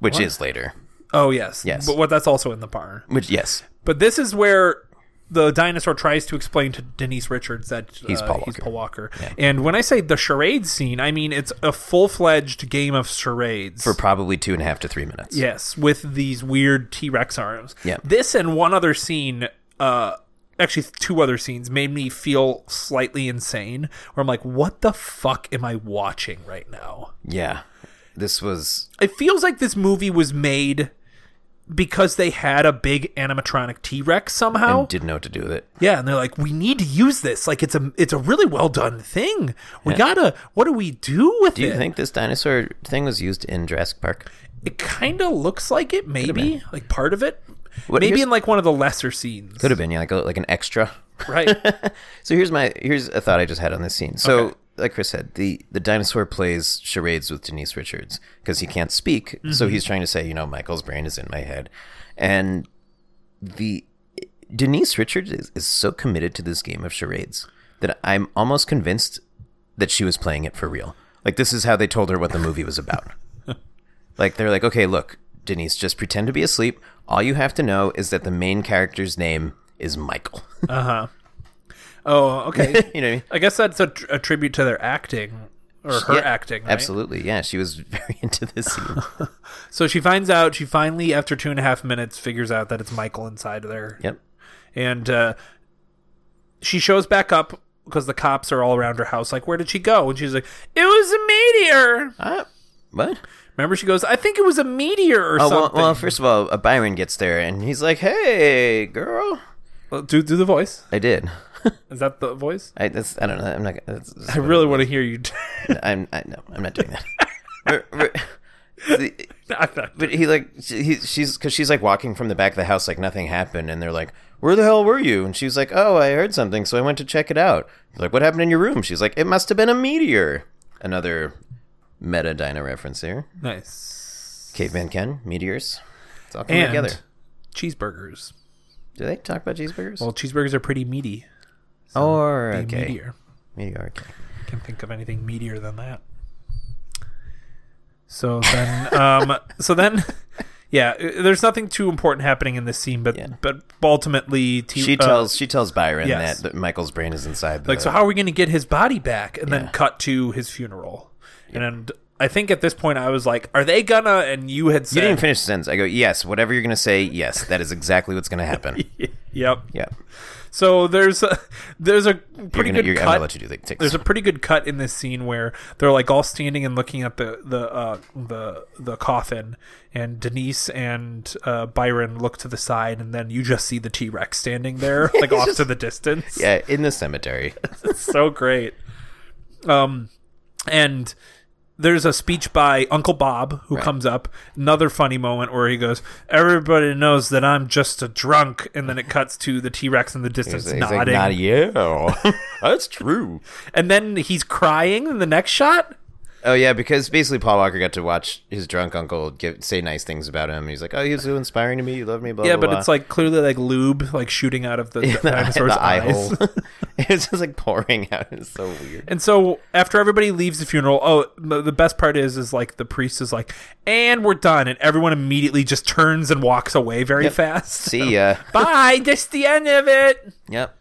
which is later. Oh yes, Yes. But what that's also in the barn. Which yes, But this is where the dinosaur tries to explain to Denise Richards that he's Paul He's Walker. Paul Walker. And when I say the charades scene, I mean it's a full fledged game of charades. for probably two and a half to three minutes. Yes, with these weird T Rex arms. Yeah. This and one other scene, uh, actually two other scenes, made me feel slightly insane. Where I'm like, what the fuck am I watching right now? Yeah. This was It feels like this movie was made because they had a big animatronic T Rex somehow. didn't know what to do with it. yeah, and they're like, we need to use this. Like it's a it's a really well done thing. We gotta. What do we do with Do you it? think this dinosaur thing was used in Jurassic Park? it kind of looks like it, maybe like part of it. What- maybe here's- in like one of the lesser scenes. Could have been, yeah, like a, like an extra. right? So here's my here's a thought I just had on this scene. So like Chris said, the the dinosaur plays charades with Denise Richards because he can't speak, so he's trying to say, you know, Michael's brain is in my head, and the Denise Richards is, is so committed to this game of charades that I'm almost convinced that she was playing it for real. Like this is how they told her what the movie was about. like they're like, okay, look, Denise, just pretend to be asleep. All you have to know is that the main character's name is Michael. Oh, okay. you know. What I mean? I guess that's a, tr- a tribute to their acting or her Yeah, acting. Right? Absolutely, yeah. She was very into this scene. So she finds out. She finally, after two and a half minutes, figures out that it's Michael inside of there, yep. and uh, she shows back up because the cops are all around her house. Like, where did she go? And she's like, "It was a meteor." Uh, what? Remember, she goes, "I think it was a meteor or Oh, well, something." well, first of all, uh, Byron gets there and he's like, "Hey, girl." do do the voice. I did. Is that the voice? I, that's, I don't know. I'm not. That's, that's I really want to hear you. I'm. I, no, I'm not doing that. We're- we're- the- Not that- but he like she- he, she's because she's like walking from the back of the house like nothing happened, and they're like, "Where the hell were you?" And she's like, "Oh, I heard something, so I went to check it out." They're like, "What happened in your room?" She's like, "It must have been a meteor." Another meta dino reference here. nice. Caveman Ken, meteors. It's all coming And together. cheeseburgers. Do they talk about cheeseburgers? Well, cheeseburgers are pretty meaty. or Be okay, meteor. Meatier. okay. Can't think of anything meatier than that. So then, um, so then, yeah. uh, There's nothing too important happening in this scene, but Yeah. but ultimately, T- She uh, tells she tells Byron yes. that, that Michael's brain is inside. The, like, so how are we going to get his body back? And then Yeah. cut to his funeral. And I think at this point, I was like, "Are they gonna?" And you had said, you didn't finish the sentence. I go, yes. Whatever you're gonna say, yes. That is exactly what's gonna happen. "Yep." yeah, So there's a there's a pretty you're gonna. good You're, I'm cut. gonna let you do the ticks. there's a pretty good cut in this scene where they're like all standing and looking at the the uh, the the coffin, and Denise and uh, Byron look to the side, and then you just see the T Rex standing there, like off to the distance. yeah, in the cemetery. It's so great. Um, and there's a speech by Uncle Bob who comes up. Another funny moment where he goes, "Everybody knows that I'm just a drunk," and then it cuts to the T Rex in the distance He's like, nodding, not e-" yeah. That's true. and then he's crying in the next shot. Oh yeah, because basically Paul Walker got to watch his drunk uncle give, say nice things about him. He's like, oh, he was so inspiring to me. You love me. Blah Yeah, blah, but blah. it's like clearly like lube like shooting out of the, the, eye- dinosaur's the eye eyes. hole. it's just like pouring out. It's so weird. And so after everybody leaves the funeral, oh, the, the best part is is like the priest is like, "And we're done," and everyone immediately just turns and walks away very fast. See ya. Bye, that's the end of it. Yep.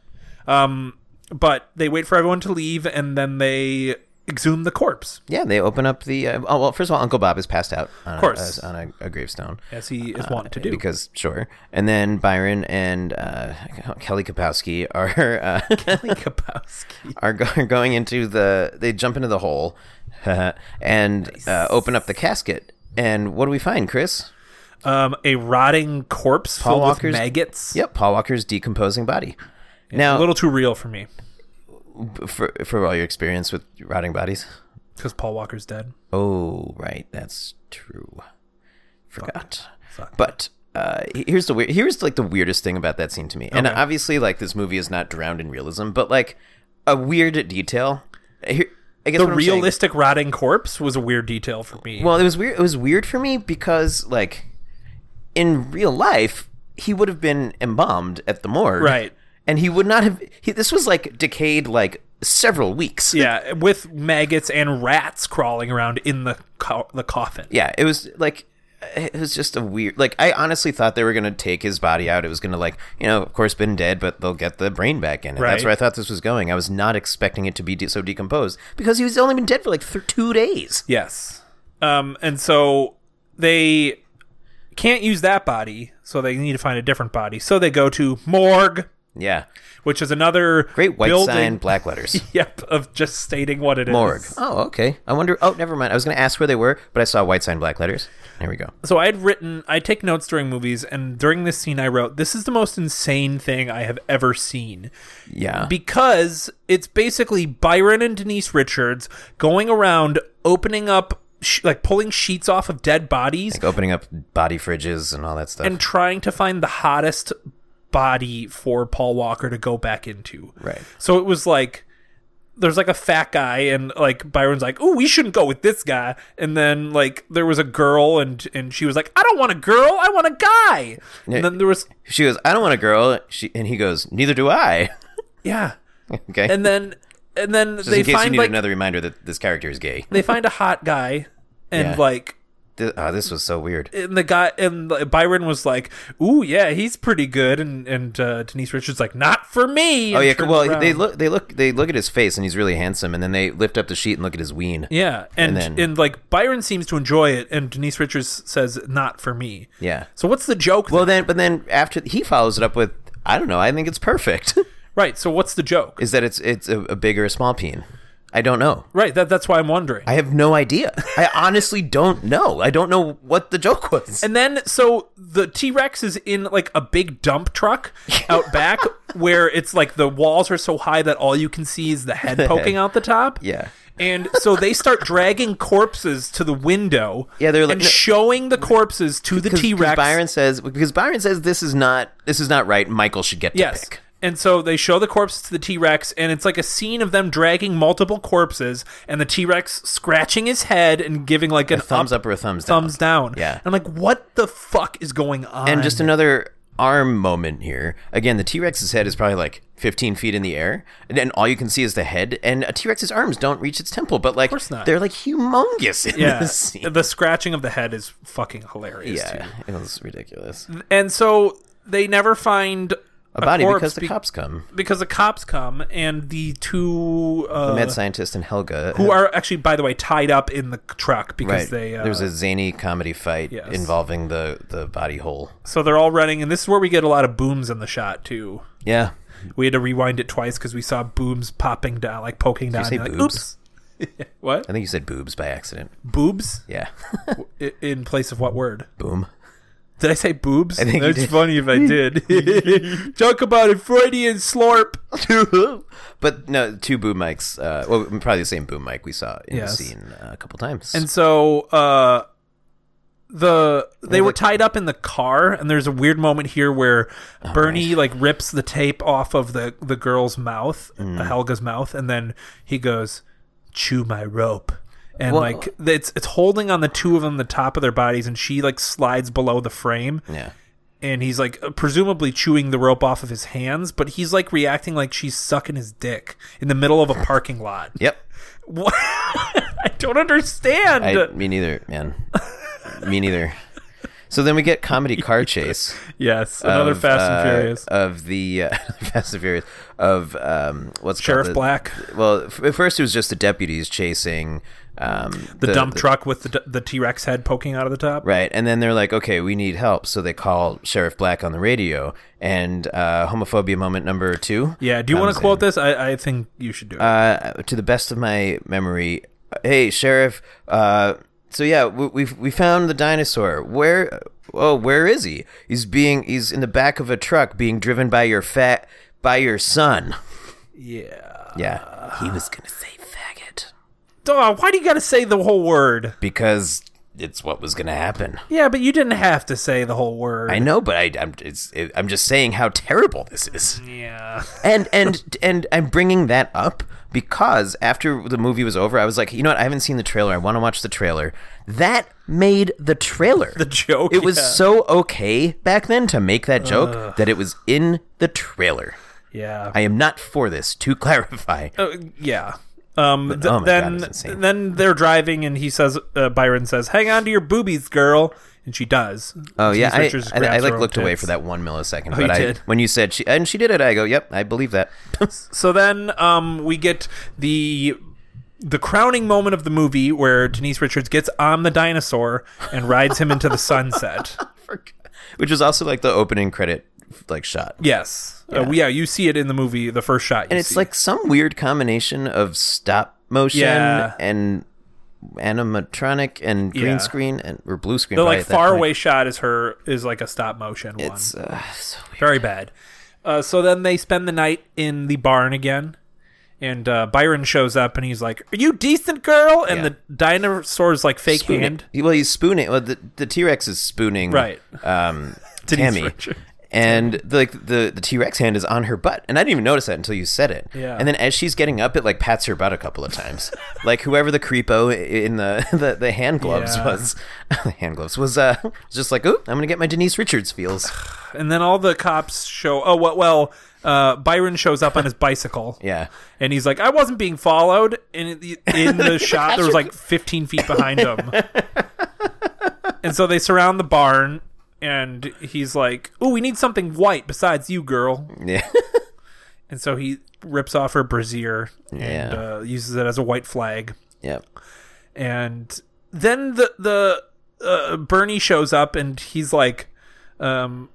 Um, but they wait for everyone to leave, and then they exhume the corpse Yeah, they open up the. Uh, oh well, first of all, Uncle Bob is passed out. On of course. on a, a gravestone. as he is wont to do. Uh, Because sure, and then Byron and uh, Kelly Kapowski are uh, Like Kapowski. are, go- are going into the. They jump into the hole, and uh, open up the casket. And what do we find, Chris? um, a rotting corpse Paul filled Walker's- with maggots. Yep, Paul Walker's decomposing body. now, a little too real for me for for all your experience with rotting bodies. because Paul Walker's dead. Oh, right, that's true. Forgot. Fuck. But uh, he- here's the weird. Here's like the weirdest thing about that scene to me. And obviously, like this movie is not drowned in realism, but like a weird detail. Here, I guess the what I'm saying- realistic rotting corpse was a weird detail for me. Well, it was weird. It was weird for me because like in real life, he would have been embalmed at the morgue, Right. And he would not have. He, this was like decayed like several weeks. yeah, with maggots and rats crawling around in the co- the coffin. yeah it was like it was just a weird like i honestly thought they were going to take his body out it was going to like you know of course been dead but they'll get the brain back in it Right. that's where i thought this was going i was not expecting it to be de- so decomposed because he was only been dead for like th- two days Yes. Um, and so they can't use that body, so they need to find a different body. So they go to morgue, yeah which is another great white building, sign black letters Yep, of just stating what it is. morgue oh okay i wonder oh never mind i was going to ask where they were but i saw white sign black letters there we go So I had written, I take notes during movies, and during this scene, I wrote, "This is the most insane thing I have ever seen." yeah because it's basically Byron and Denise Richards going around opening up sh- like pulling sheets off of dead bodies like opening up body fridges and all that stuff and trying to find the hottest body for Paul Walker to go back into. Right. So it was like there's like a fat guy and like Byron's like, "Oh, we shouldn't go with this guy." And then like there was a girl and and she was like, "I don't want a girl, I want a guy." And then there was she goes i don't want a girl she, and he goes neither do i yeah. okay And then and then Just they in case you find need like another reminder that this character is gay. they find a hot guy and Yeah. like Th- oh, this was so weird. and the guy and like, Byron was like, "Ooh, yeah, he's pretty good." And and uh, Denise Richards like, "Not for me." Oh and yeah, turns well around. they look they look they look at his face and he's really handsome, and then they lift up the sheet and look at his ween. yeah, and and, then- like Byron seems to enjoy it, and Denise Richards says, "Not for me." Yeah. So what's the joke? Well then, but then after he follows it up with, I don't know, I think it's perfect. then? right. So what's the joke? is that it's it's a, a big or a small peen? I I don't know. Right. That, that's why I'm wondering. I have no idea. I honestly don't know. I don't know what the joke was. And then, so the T Rex is in like a big dump truck out back where it's like the walls are so high that all you can see is the head poking out the top. Yeah. And so they start dragging corpses to the window. Yeah, they're like- and no- showing the corpses to the 'Cause- 'cause T Rex. Byron says because Byron says this is not this is not right. Michael should get to Yes. pick. And so they show the corpses to the T Rex, and it's like a scene of them dragging multiple corpses, and the T Rex scratching his head and giving like an Thumbs up or a thumbs down. thumbs down. Yeah. I'm like, what the fuck is going on? And just another arm moment here. Again, the T Rex's head is probably like 15 feet in the air, and then all you can see is the head. And a T Rex's arms don't reach its temple, but like course not. they're like humongous in yeah, this scene. the scratching of the head is fucking hilarious. Yeah, too. it was ridiculous. And so they never find A body corpse because the be- cops come. because the cops come and the two uh, Mad scientist and Helga. who are actually, by the way, tied up in the truck because Right. they uh, There's a zany comedy fight Yes. involving the, the body hole. so they're all running, and this is where we get a lot of booms in the shot too. Yeah. We had to rewind it twice because we saw booms popping down, like poking down. say and like, boobs? Oops. what I think you said boobs by accident. boobs? Yeah. I- In place of what word? Boom. Did I say boobs? think you That's did. funny if I did. Talk about a Freudian slurp. but no, two boom mics. Uh, well, probably the same boom mic we saw in Yes. the scene uh, a couple times. And so uh the they were tied up in the car and there's a weird moment here Oh, where Bernie like rips the tape off of the the girl's mouth, uh, Mm. Helga's mouth and then he goes chew my rope. And Well- like it's it's holding on the two of them the top of their bodies and she like slides below the frame yeah. and he's like presumably chewing the rope off of his hands but he's like reacting like she's sucking his dick in the middle of a parking lot. Yep. What? I don't understand. I, me neither, man. me neither. So then we get comedy car chase. Yes, another of, Fast and uh, Furious. of the uh, Fast and Furious of um, what's it Sheriff called? The- Black, Well, f- at first it was just the deputies chasing um, the, dump truck with the the T Rex head poking out of the top. Right. And then they're like, okay, we need help. So they call Sheriff Black on the radio and uh, homophobia moment number two. Yeah. Do you want comes to in. quote this? I, I think you should do it. Uh, to the best of my memory, hey, Sheriff. Uh, so yeah, we, we've, we found the dinosaur. Where? Oh, where is he? He's being he's in the back of a truck being driven by your fat by your son. yeah. Yeah, Uh, he was gonna say faggot Oh, why do you got to say the whole word? because it's what was gonna happen. Yeah, but you didn't have to say the whole word. I know, but I, I'm it's, I'm just saying how terrible this is. yeah. and and and I'm bringing that up because after the movie was over, I was like, you know what? I haven't seen the trailer. I want to watch the trailer. That made the trailer. The joke. It was yeah. so okay back then to make that joke that it was in the trailer. Yeah. I am not for this. To clarify, Uh, yeah. Um, th- oh my God, then it's insane. then they're driving and he says uh, Byron says, "Hang on to your boobies, girl," and she does. oh yeah, Denise I, Richards I, I, grabs her like own looked away tits. Oh, for that one millisecond. you but I, did. when you said she and she did it, I go, yep, I believe that. So then um, we get the the crowning moment of the movie where Denise Richards gets on the dinosaur and rides him into the sunset. Which was also like the opening credit like shot. Yes. Yeah. Uh, yeah, you see it in the movie, the first shot. You And it's like some weird combination of stop motion Yeah. and animatronic and green Yeah. screen and or blue screen. the probably like at that far point. away shot is her is like a stop motion one. It's, uh, so weird. Very bad. Uh, so then they spend the night in the barn again. And uh, Byron shows up and he's like, "Are you decent, girl?" And Yeah. the dinosaur's like fake Spoon- hand. he- Well, he's spooning. Well, the the T Rex is spooning. Right. Um, Denise Tammy. Richards. And like the the T Rex hand is on her butt, and I didn't even notice that until you said it. Yeah. And then as she's getting up, it like pats her butt a couple of times, like whoever the creepo in the the, the hand gloves Yeah. was, the hand gloves was uh was just like, oh, I'm gonna get my Denise Richards feels. And then all the cops show. Oh well, well uh, Byron shows up on his bicycle. Yeah. and he's like, "I wasn't being followed." And in the, in the shot, there was like 15 feet behind him. and so they surround the barn, and he's like, "Ooh, we need something white besides you, girl." Yeah. And so he rips off her brassiere and Yeah. uh, uses it as a white flag. yeah. and then the the uh, Bernie shows up and he's like, um,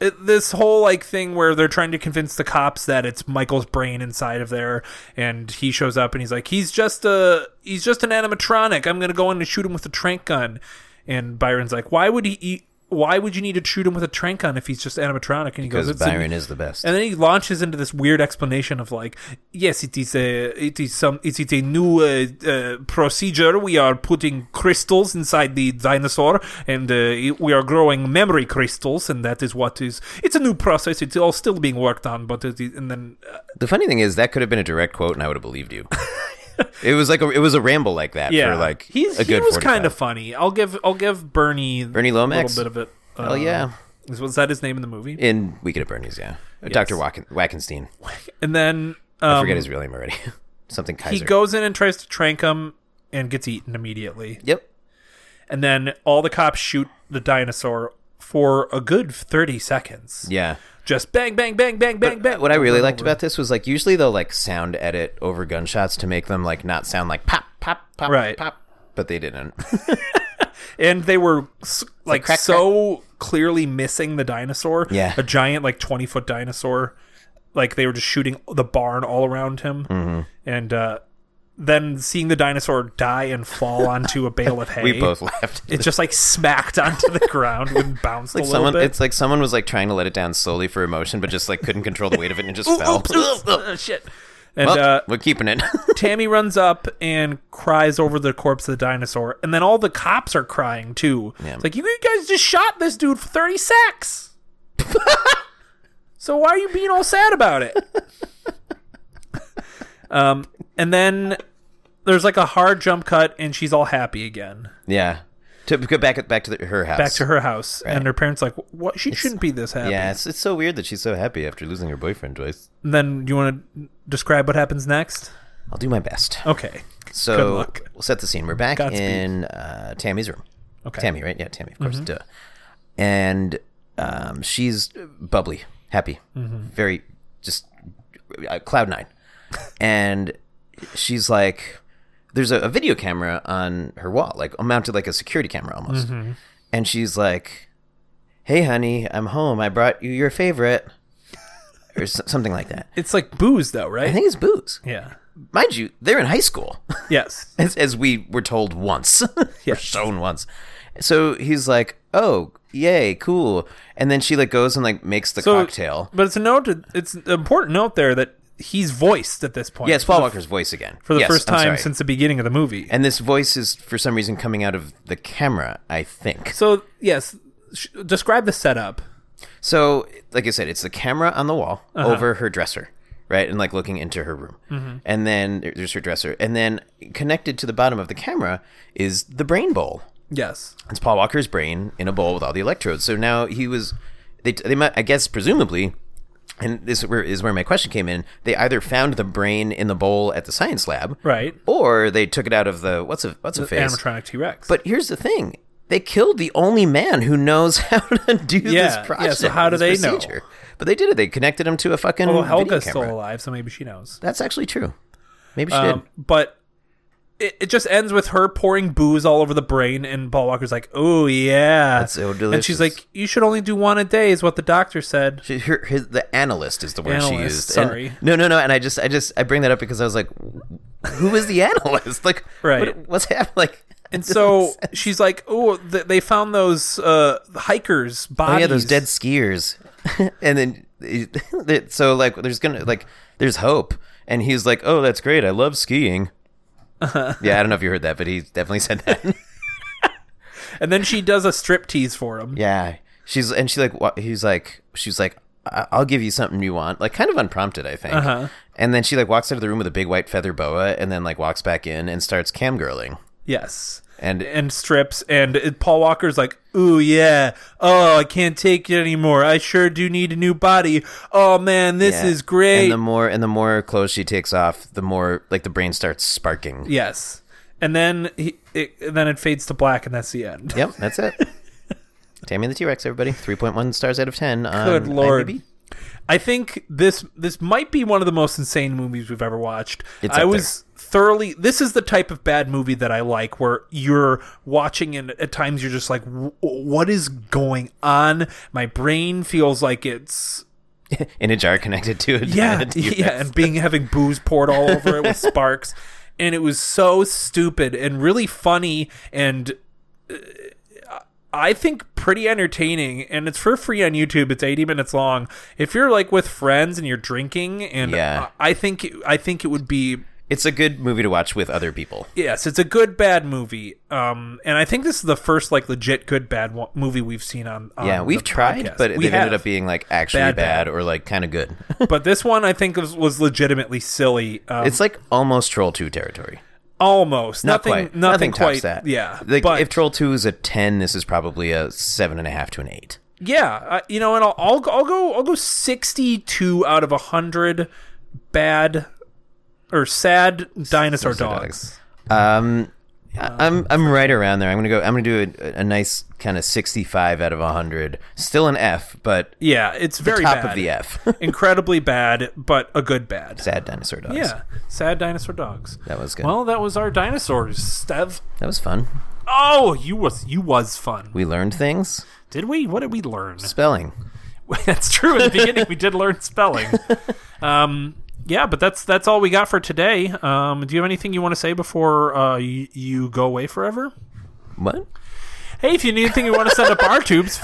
it, this whole like thing where they're trying to convince the cops that it's Michael's brain inside of there, and he shows up and he's like, he's just a he's just an animatronic. I'm gonna go in and shoot him with a trank gun, and Byron's like, why would he? Eat, why would you need to shoot him with a trank gun if he's just animatronic? And he goes, because "It's an- Byron is the best. and then he launches into this weird explanation of like, yes, it is a, it is some, it is a new uh, uh, procedure. We are putting crystals inside the dinosaur, and uh, it- we are growing memory crystals, and that is what is. It's a new process. It's all still being worked on, but it is, and then uh, The funny thing is that could have been a direct quote, and I would have believed you. it was like a, it was a ramble like that yeah, for like he's a good. he was 45. kind of funny. I'll give I'll give Bernie Bernie Lomax? a little bit of it. Oh Hell yeah. is was that his name in the movie? in Weekend at Bernie's. Yeah, Doctor Wacken, Wackenstein. and then I um, forget his real name already. Something Kaiser. he goes in and tries to trank him and gets eaten immediately. Yep. and then all the cops shoot the dinosaur for a good 30 seconds. Yeah. uh, Just bang, bang, bang, bang, bang, bang. What I really liked about this was like usually they'll like sound edit over gunshots to make them like not sound like pop pop pop Right. pop, but they didn't. and they were s- like crack, so clearly missing the dinosaur. Yeah. a giant like 20 foot dinosaur. Like they were just shooting the barn all around him, Mm-hmm. and uh, then seeing the dinosaur die and fall onto a bale of hay. we both laughed. It just like smacked onto the ground and bounced a little Someone, bit. it's like someone was like trying to let it down slowly for emotion, but just like couldn't control the weight of it and just fell. Oops, oops, uh, shit. And Well, uh, we're keeping it. Tammy runs up and cries over the corpse of the dinosaur, and then all the cops are crying too. It's like, you guys just shot this dude for 30 sacks. so why are you being all sad about it? um, and then there's like a hard jump cut, and she's all happy again. yeah. To go back back to the, her house. Back to her house, and her parents like, "What? She shouldn't be this happy." Yeah, it's, it's so weird that she's so happy after losing her boyfriend twice. And then, do you want to describe what happens next? I'll do my best. Okay. So Good luck. we'll set the scene. We're back Godspeed. in uh, Tammy's room. Okay. Mm-hmm. Tammy, right? Yeah, Tammy, of course. Duh. And um, she's bubbly, happy, Mm-hmm. very just uh, cloud nine. and she's like, there's a, a video camera on her wall, like mounted like a security camera almost. Mm-hmm. And she's like, "Hey, honey, I'm home. I brought you your favorite." Or s- something like that. It's like booze, though, right? I think it's booze. yeah. Mind you, they're in high school. Yes. as, as we were told once, or shown once. So he's like, "Oh, yay, cool!" And then she like goes and like makes the So- cocktail. But it's a note. It's an important note there that he's voiced at this point. Yeah, it's Paul Walker's voice again for the Yes, first I'm time sorry. since the beginning of the movie. And this voice is for some reason coming out of the camera, I think. so yes, sh- describe the setup. So, like I said, it's the camera on the wall Uh-huh. over her dresser, right, and like looking into her room, Mm-hmm. and then there- there's her dresser, and then connected to the bottom of the camera is the brain bowl. Yes, It's Paul Walker's brain in a bowl with all the electrodes. So now he was, they, they might, I guess, presumably, and this is where, is where my question came in. They either found the brain in the bowl at the science lab, right. or they took it out of the what's a what's a face. Animatronic T Rex. But here's the thing: they killed the only man who knows how to do Yeah, yeah, this project. so how do this they know? Oh, procedure. But they did it. They connected him to a fucking well, video Helga's camera. still alive, so maybe she knows. That's actually true. Maybe she did. Um, but it, it just ends with her pouring booze all over the brain, and Paul Walker's like, "Oh yeah, That's so And she's delicious. like, "You should only do one a day," is what the doctor said. She, her, his, the analyst is the word she Analyst, used. sorry. And, no, no, no. And I just, I just, I bring that up because I was like, who is the analyst? Like, Right. what- what's happening? Like, And so she's like, "Oh, th- they found those uh, hikers' bodies. oh yeah, those dead skiers. and then, it- so like, there's gonna like, there's hope. And he's like, oh, that's great. I love skiing. Yeah, I don't know if you heard that, but he definitely said that. And then she does a strip tease for him. yeah, she's and she like, wa- he's like, she's like, I- I'll give you something you want, like kind of unprompted, I think. Uh-huh. And then she like walks out of the room with a big white feather boa, and then like walks back in and starts camgirling. Yes. And And strips, and it, Paul Walker's like, "Ooh yeah, oh I can't take it anymore. I sure do need a new body. Oh man, this Yeah. is great. And the more and the more clothes she takes off, the more like the brain starts sparking. yes." And then he, it, and then it fades to black, and that's the end. Yep, that's it. Tammy and the T Rex, everybody. Three point one stars out of ten. On Good lord. IMDb. I think this this might be one of the most insane movies we've ever watched. It's I up was thoroughly. This is the type of bad movie that I like, where you're watching and at times you're just like, "W- "What is going on?" My brain feels like it's in a jar connected to it. yeah, yeah, and being having booze poured all over it with sparks, and it was so stupid and really funny, and uh, I think pretty entertaining. And it's for free on YouTube. It's eighty minutes long. If you're like with friends and you're drinking, and Yeah. I, I think it- I think it would be It's a good movie to watch with other people. yes, it's a good bad movie. Um, and I think this is the first like legit good bad wa- movie we've seen on. on Yeah, we've the tried, podcast. but we they've have. ended up being like actually Bad, bad, bad. or like kind of good. but this one I think was, was legitimately silly. Um, it's like almost Troll Two territory. almost Not nothing, quite. nothing, tops quite that. Yeah, Like but if Troll Two is a ten, this is probably a seven and a half to an eight. yeah, uh, you know, and I'll, I'll I'll go I'll go sixty two out of hundred bad or sad dinosaur dogs. Um, I- I'm I'm right around there. I'm gonna go. I'm gonna do a, a nice kind of 65 out of 100. Still an F, but Yeah, it's very top bad. of the F. incredibly bad, but a good bad. Sad dinosaur dogs. Yeah, sad dinosaur dogs. that was good. Well, that was our dinosaurs, Stev. that was fun. Oh, you was you was fun. We learned things. Did we? What did we learn? Spelling. that's true. In the beginning, we did learn spelling. Um, yeah, but that's that's all we got for today. Um, do you have anything you want to say before uh, you, you go away forever? What? Hey, if you need anything you want to send up our tubes,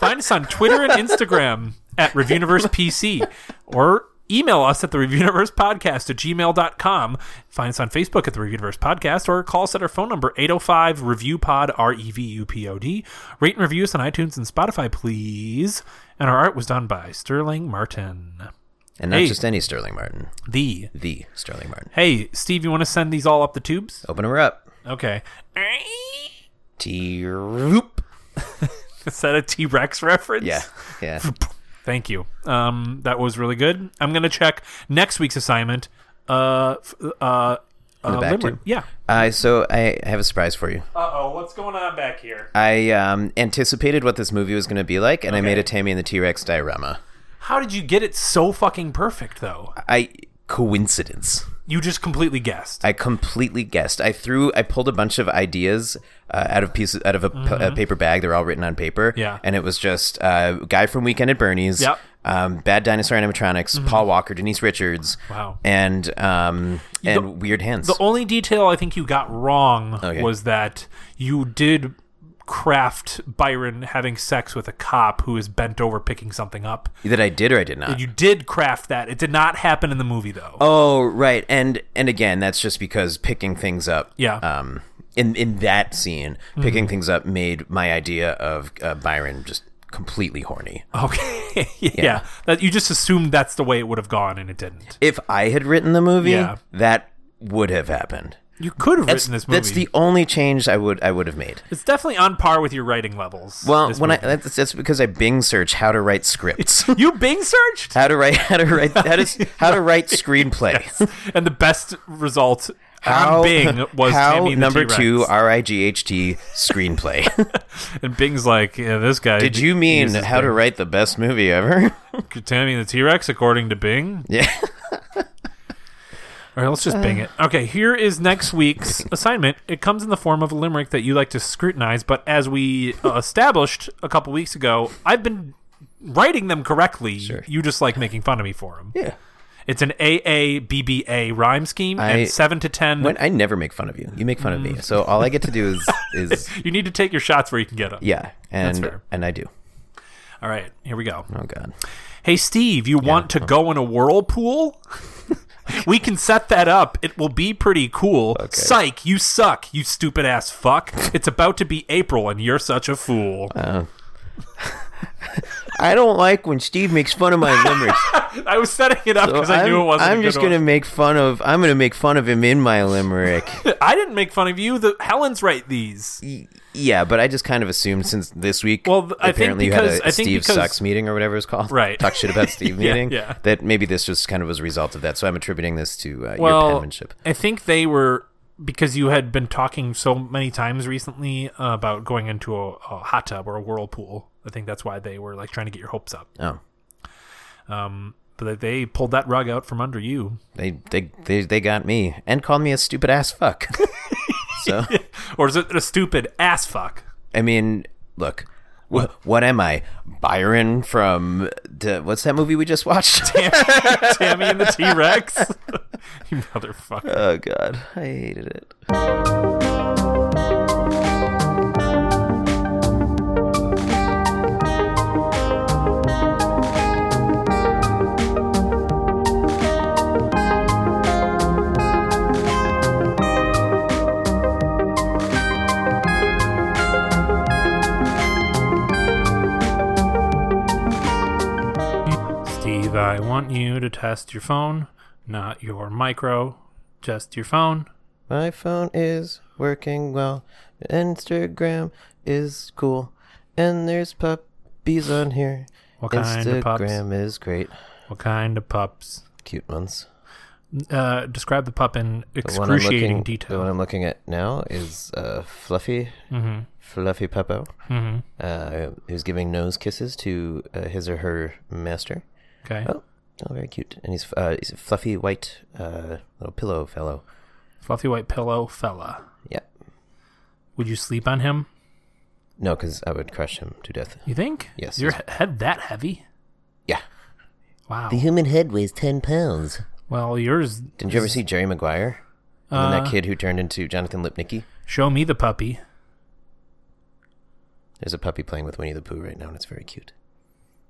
find us on Twitter and Instagram at Reviewniverse PC or email us at the Reviewniverse Podcast at gmail.com. Find us on Facebook at the Reviewniverse Podcast or call us at our phone number 805 Review Pod R E V U P O D. Rate and review us on iTunes and Spotify, please. And our art was done by Sterling Martin. And not Hey. just any Sterling Martin. The The Sterling Martin. Hey, Steve, you want to send these all up the tubes? Open her up. Okay. T. Is that a T Rex reference? Yeah. Yeah. Thank you. Um, that was really good. I'm gonna check next week's assignment. Uh, f- uh, uh back limerick. too? Yeah. Uh, so I have a surprise for you. Uh oh, what's going on back here? I um, anticipated what this movie was going to be like, and I made a Tammy and the T Rex diorama. How did you get it so fucking perfect though? I coincidence. You just completely guessed. I completely guessed. I threw. I pulled a bunch of ideas uh, out of pieces out of a, p- a paper bag. They're all written on paper. Mm-hmm. Yeah. and it was just uh, guy from Weekend at Bernie's. Yep. Mm-hmm. Um, Bad Dinosaur Animatronics, Paul Walker, Denise Richards. Wow. And um and Weird Hands. the only detail I think you got wrong Okay. was that you did craft Byron having sex with a cop who is bent over picking something up. that I did or I did not. You did craft that. It did not happen in the movie though. oh right, and and again, that's just because picking things up. Yeah. Mm-hmm. Um, in in that scene, picking things up made my idea of uh, Byron just completely horny. Okay. yeah. That you just assumed that's the way it would have gone and it didn't. If I had written the movie, Yeah. that would have happened. You could have That's, written this movie. that's the only change I would I would have made. it's definitely on par with your writing levels. Well, this when I movie. that's, that's because I Bing search how to write scripts, you Bing searched, how to write how to write how to s- how to write screenplay. and the best result How on Bing was how Tammy and the number T-Rex. two R I G H T screenplay. and Bing's like, yeah, this guy. Did you mean how to write the best movie ever? Tammy and the T Rex according to Bing? yeah, All right, let's just bing it. Okay, here is next week's assignment. It comes in the form of a limerick that you like to scrutinize, but as we uh, established a couple weeks ago, I've been writing them correctly. You just like making fun of me for them. yeah. It's an AABBA rhyme scheme I- and 7 to 10. When I never make fun of you, you make fun of me. So all I get to do is is you need to take your shots where you can get them. yeah, and fair. and I do. All right, here we go. Oh God. Hey, Steve, you want to go in a whirlpool? we can set that up. It will be pretty cool. Psych, you suck, you stupid ass fuck. It's about to be April and you're such a fool. Uh, I don't like when Steve makes fun of my limericks. I was setting it up So because I knew I'm- it wasn't. I'm a good just gonna make fun of. I'm gonna make fun of him in my limerick. one. I didn't make fun of you. The Helen's right. These. yeah, but I just kind of assumed since this week. Well, th- I think apparently because- you had a I think Steve because- sucks meeting or whatever it's called. Right. Talk shit about Steve Yeah, meeting. yeah. That maybe this just kind of was a result of that. So I'm attributing this to uh, your Well, penmanship. I think they were because you had been talking so many times recently about going into a, a hot tub or a whirlpool. I think that's why they were like trying to get your hopes up. Oh, Um, but they pulled that rug out from under you, They they they, they got me and called me a stupid ass fuck. so or is it a stupid ass fuck? I mean, look. What, what am I, Byron from the, what's that movie we just watched? Tammy and the T Rex. you motherfucker. oh God, I hated it. Steve, I want you to test your phone, not your micro, just your phone. My phone is working well. Instagram is cool, and there's puppies on here. What kind Instagram of pups? is great. What kind of pups? Cute ones. Uh, describe the pup in The one I'm excruciating looking- The detail. one I'm looking at now is uh, Fluffy, mm-hmm. Fluffy Peppo, Mm-hmm. uh, who's giving nose kisses to uh, his or her master. Okay. Oh, oh, very cute. And he's, uh, he's a fluffy white uh, little pillow fellow. Fluffy white pillow fella. Yeah. Would you sleep on him? No, because I would crush him to death. You think? Yes, Your he- head that heavy? Yeah. Wow. human head weighs 10 pounds. well, yours. Didn't you ever see Jerry Maguire? and then that kid who turned into Jonathan Lipnicki? Show me the puppy. There's a puppy playing with Winnie the Pooh right now, and it's very cute.